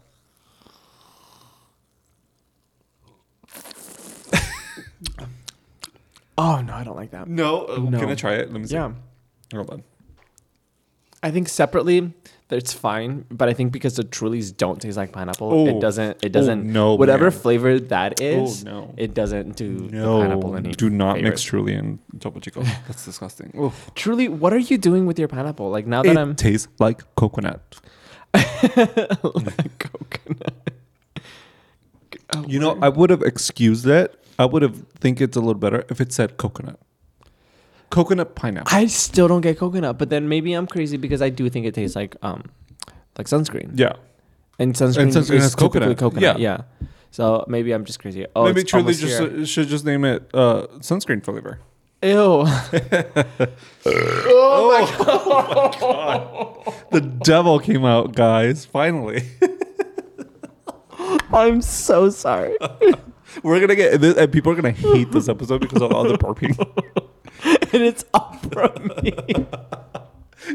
B: oh no, I don't like that.
A: No, uh,
B: No.
A: Can I try it? Let me see.
B: Yeah.
A: Hold on.
B: I think separately that it's fine, but I think because the Trulies don't taste like pineapple,
A: Oh.
B: it doesn't. It doesn't.
A: no,
B: whatever
A: man.
B: flavor that is,
A: no.
B: it doesn't Oh, do the pineapple
A: No,
B: any.
A: do not
B: favor.
A: mix Truly and Topo Chico. That's disgusting. Oof.
B: Truly, what are you doing with your pineapple? Like now that
A: it
B: I'm
A: tastes like coconut.
B: like coconut. Oh,
A: You know,
B: word.
A: I would have excused it. I would have think it's a little better if it said coconut. Coconut pineapple.
B: I still don't get coconut, but then maybe I'm crazy because I do think it tastes like um, like sunscreen.
A: yeah.
B: And sunscreen,
A: And sunscreen
B: is
A: has
B: typically
A: coconut.
B: coconut. Yeah. So maybe I'm just crazy. Oh,
A: Maybe
B: it's
A: truly
B: almost
A: just
B: here.
A: uh, should just name it uh, sunscreen flavor.
B: Ew.
A: The devil came out, guys. Finally,
B: I'm so sorry.
A: we're gonna get this, and people are gonna hate this episode because of all the burping.
B: and it's up from me.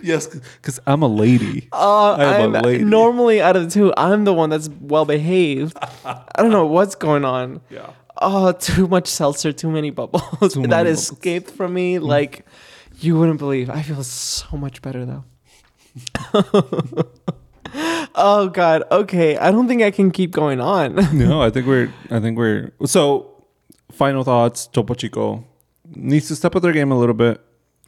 A: yes, because I'm a lady.
B: Uh,
A: I am
B: I'm
A: a lady.
B: normally out of the two, I'm the one that's well behaved. I don't know what's going on.
A: Yeah.
B: Oh, too much seltzer, too many bubbles.
A: Too
B: that
A: many Mm.
B: escaped from me like you wouldn't believe. I feel so much better though. oh god. Okay, I don't think I can keep going on.
A: No, I think we're. I think we're. So, final thoughts. Topo Chico needs to step up their game a little bit,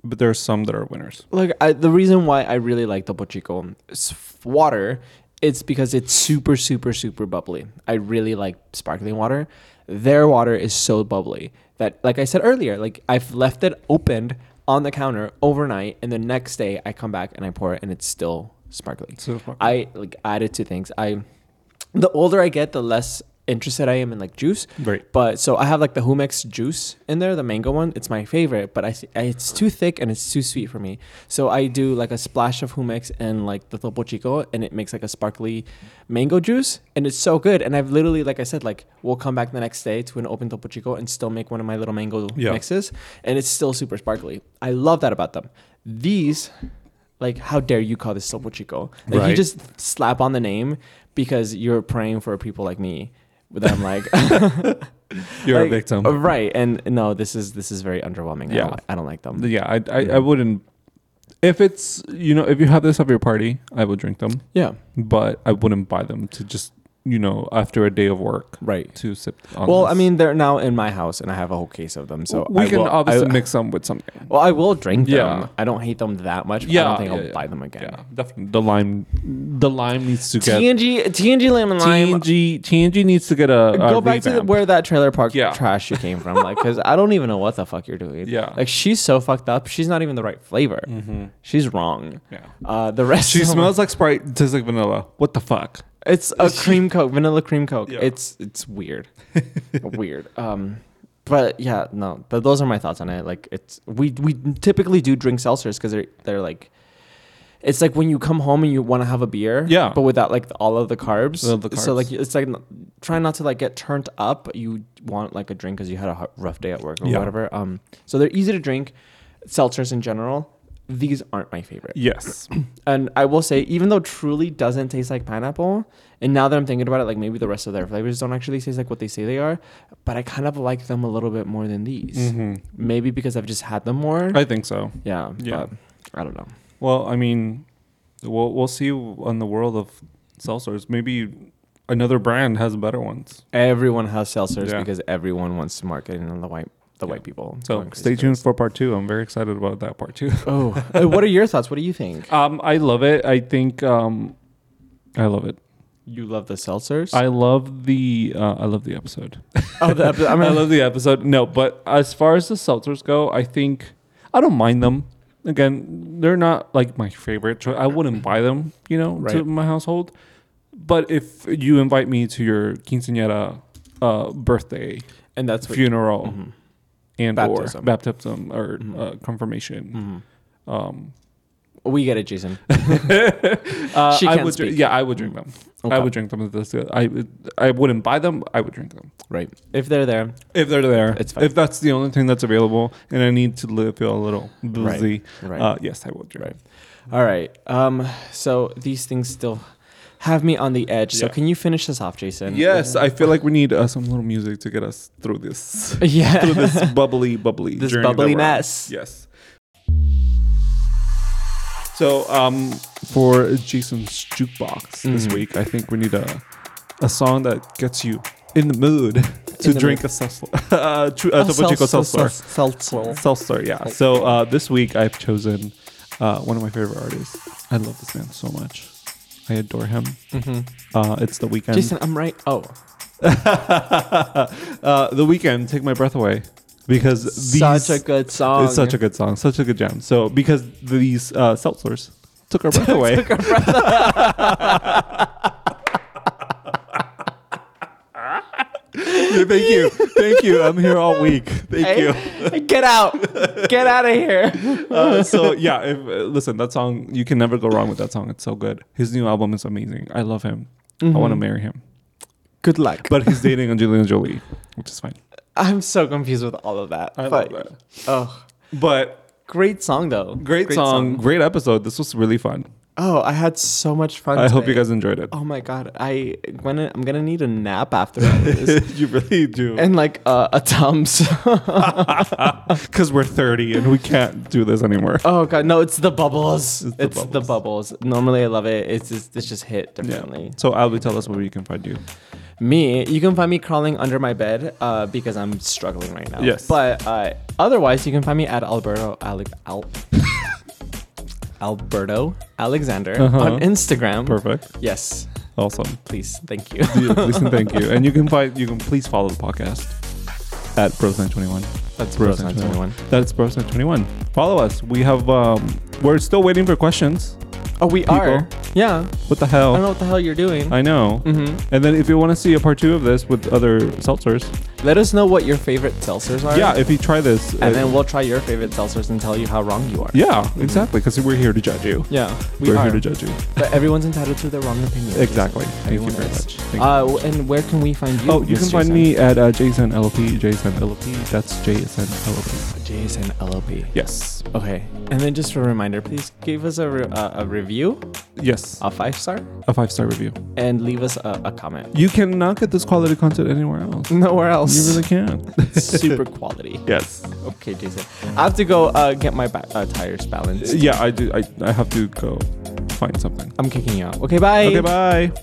A: but there are some that are winners.
B: Look, I, the reason why I really like Topo Chico s- water, it's because it's super, super, super bubbly. I really like sparkling water. Their water is so bubbly that, like I said earlier, like I've left it opened on the counter overnight, and the next day I come back and I pour it, and it's still sparkling.
A: So fuck-
B: I like added to things. I, the older I get, the less interested I am in like juice.
A: Right.
B: But so I have like the Humex juice in there, the mango one. It's my favorite, but I, th- I it's too thick and it's too sweet for me. So I do like a splash of Humex and like the Topo Chico, and it makes like a sparkly mango juice, and it's so good. And I've literally, like I said, like we'll come back the next day to an open Topo Chico and still make one of my little mango
A: Yeah.
B: mixes, and it's still super sparkly. I love that about them. These. Like, how dare you call this Topo Chico? Like,
A: Right.
B: you just slap on the name because you're praying for people like me. That I'm like,
A: You're a
B: like,
A: victim.
B: uh, right? And no, this is this is very underwhelming. I,
A: Yeah.
B: don't, li- I don't like them.
A: Yeah, I, I,
B: Yeah.
A: I wouldn't. If it's you know if you have this at your party, I would drink them,
B: Yeah,
A: but I wouldn't buy them to just you know after a day of work
B: right.
A: to sip. On
B: Well, I
A: this.
B: mean, they're now in my house, and I have a whole case of them. So
A: we
B: I
A: can
B: will,
A: obviously
B: I,
A: mix them with something.
B: Well, I will drink them.
A: Yeah.
B: I don't hate them that much. but I
A: Yeah,
B: don't think
A: yeah,
B: I'll
A: yeah.
B: buy them again.
A: definitely. The lime, the lime needs to get
B: TNG, TNG lemon lime.
A: TNG. TNG needs to get a, a
B: Go back to the,
A: uh, revamp.
B: where that trailer park
A: Yeah.
B: trash you came from, like, because I don't even know what the fuck you're doing.
A: Yeah. Mm-hmm.
B: like she's so fucked up. She's not even the right flavor. She's wrong.
A: Yeah.
B: Uh, the rest.
A: She
B: of 'em-
A: smells like Sprite, tastes like vanilla. What the fuck?
B: It's a cream coke, vanilla cream coke.
A: Yeah.
B: It's it's weird, weird. Um, but yeah, no. But those are my thoughts on it. Like it's we we typically do drink seltzers because they're they're like, it's like when you come home and you want to have a beer.
A: Yeah.
B: But without like all of the carbs.
A: Without the
B: So
A: carbs.
B: like it's like n- try not to like get turned up. but You want like a drink because you had a hu- rough day at work or
A: Yeah.
B: whatever. Um, so they're easy to drink. Seltzers in general, these aren't my favorite.
A: Yes.
B: And I will say, even though truly doesn't taste like pineapple, and now that I'm thinking about it, like maybe the rest of their flavors don't actually taste like what they say they are, but I kind of like them a little bit more than these.
A: hmm
B: Maybe because I've just had them more.
A: I think so.
B: yeah.
A: Yeah.
B: But I don't know.
A: Well, I mean, we'll we'll see on the world of seltzers. Maybe another brand has better ones.
B: Everyone has seltzers
A: Yeah.
B: because everyone wants to market it on the white the
A: Yeah.
B: white people.
A: So
B: going crazy
A: stay
B: for
A: tuned
B: this.
A: for part two. I'm very excited about that part two.
B: Oh, Uh, what are your thoughts? What do you think?
A: Um, I love it. I think um, I love it.
B: You love the seltzers?
A: I love the uh, I love the episode.
B: oh, the, epi- I
A: I,
B: mean,
A: love the episode. No, but as far as the seltzers go, I think I don't mind them. Again, they're not like my favorite choice. I wouldn't buy them, you know, to
B: Right.
A: my household. But if you invite me to your quinceañera uh, birthday,
B: and that's what.
A: funeral,
B: Mhm.
A: and or
B: Baptism.
A: baptism or
B: Mhm.
A: uh, confirmation,
B: Mhm.
A: um,
B: We get it, Jason.
A: uh,
B: She
A: I
B: can't
A: would drink-
B: speak. Mm-hmm.
A: yeah, I would drink them. I
B: Okay.
A: would drink them. if that's good. I would- I wouldn't buy them. I would drink them
B: Right. If they're there,
A: if they're there.
B: It's fine.
A: If that's the only thing that's available, and I need to li- feel a little boozy.
B: right.
A: Uh, yes, I will drink.
B: Right. All right. Um, so these things still have me on the edge. So
A: Yeah.
B: can you finish this off, Jason?
A: Yes, I feel like we need uh, some little music to get us through this
B: Yeah.
A: through this bubbly bubbly
B: This
A: journey that
B: bubbly
A: we're on.
B: mess.
A: Yes. So, um, for Jason's jukebox this
B: Mhm.
A: week, I think we need a a song that gets you in the mood to
B: In the
A: drink a seltzer, uh, tru- a Topo Chico seltzer. Seltzer, yeah.
B: Oh.
A: So uh, this week I've chosen uh, one of my favorite artists. I love this man so much. I adore him.
B: hmm
A: Uh, it's the weekend.
B: Jason, I'm right. Oh,
A: uh, the weekend. Take my breath away because these,
B: such a good song.
A: it's such a good song, such a good jam. So because these uh, seltzers took our breath away. Yeah, Thank you, thank you. I'm here all week. Thank you.
B: you. Get out. Get out of here.
A: Uh, so yeah, if, uh, listen, that song you can never go wrong with that song. It's so good. His new album is amazing. I love him. I
B: Mm-hmm.
A: want to marry him.
B: Good luck.
A: But he's dating Angelina Jolie, which is fine.
B: I'm so confused with all of that.
A: I
B: but,
A: love
B: Oh,
A: But
B: great song though.
A: great, song, great episode. This was really fun.
B: Oh, I had so much fun.
A: I hope you
B: today.
A: guys enjoyed it.
B: Oh my god, I when I'm gonna need a nap after all this,
A: you really do.
B: and like uh, a tums.
A: Because we're 30 and we can't do this anymore.
B: Oh god, no! It's the bubbles. It's,
A: the
B: the, bubbles. Normally, I love it. It's just, it's just hit differently.
A: Yeah. So, Ali, tell us where you can find you.
B: Me, you can find me crawling under my bed uh, because I'm struggling right now.
A: Yes.
B: But uh, otherwise, you can find me at Alberto Alec Al. Alberto Alexander
A: Uh-huh.
B: on Instagram.
A: Perfect.
B: Yes,
A: Awesome.
B: please, thank you.
A: Yeah, please and thank you. And you can find, you can please follow the podcast at Bros921.
B: That's
A: Bros
B: Roseanne
A: Night
B: 21.
A: That's Bros921. Follow us. We have, um, we're still waiting for questions.
B: Oh, we are. Yeah.
A: What the
B: I don't
A: hell?
B: know what the hell you're doing.
A: Oh. I know.
B: hmm
A: And then if you want to see a part two of this with other seltzers,
B: Let us know what your favorite seltzers are.
A: yeah, if you try this, uh,
B: And then we'll try your favorite seltzers and tell you how wrong you are.
A: yeah, exactly, because we're here to judge you.
B: Yeah,
A: we are here to judge you.
B: But everyone's entitled to their wrong opinion. Jason.
A: Exactly. Thank you
B: Everyone
A: very
B: is.
A: much. Thank you.
B: Uh, w- and where can we find you?
A: oh, you can
B: Mr.
A: find me at uh, Jason LP. Jason LP. That's Jason LP.
B: Jason LLP.
A: Yes.
B: Okay. And then just a reminder, please give us a, re- uh, a review,
A: Yes.
B: a five star,
A: A five star review.
B: and leave us a, a comment.
A: You cannot get this quality content anywhere else.
B: Nowhere else.
A: You really can.
B: Super quality.
A: yes.
B: Okay, Jason. I have to go uh, get my ba- uh, tires balanced.
A: Yeah, I do. I, I have to go find something.
B: I'm kicking you out. Okay, bye.
A: Okay, bye.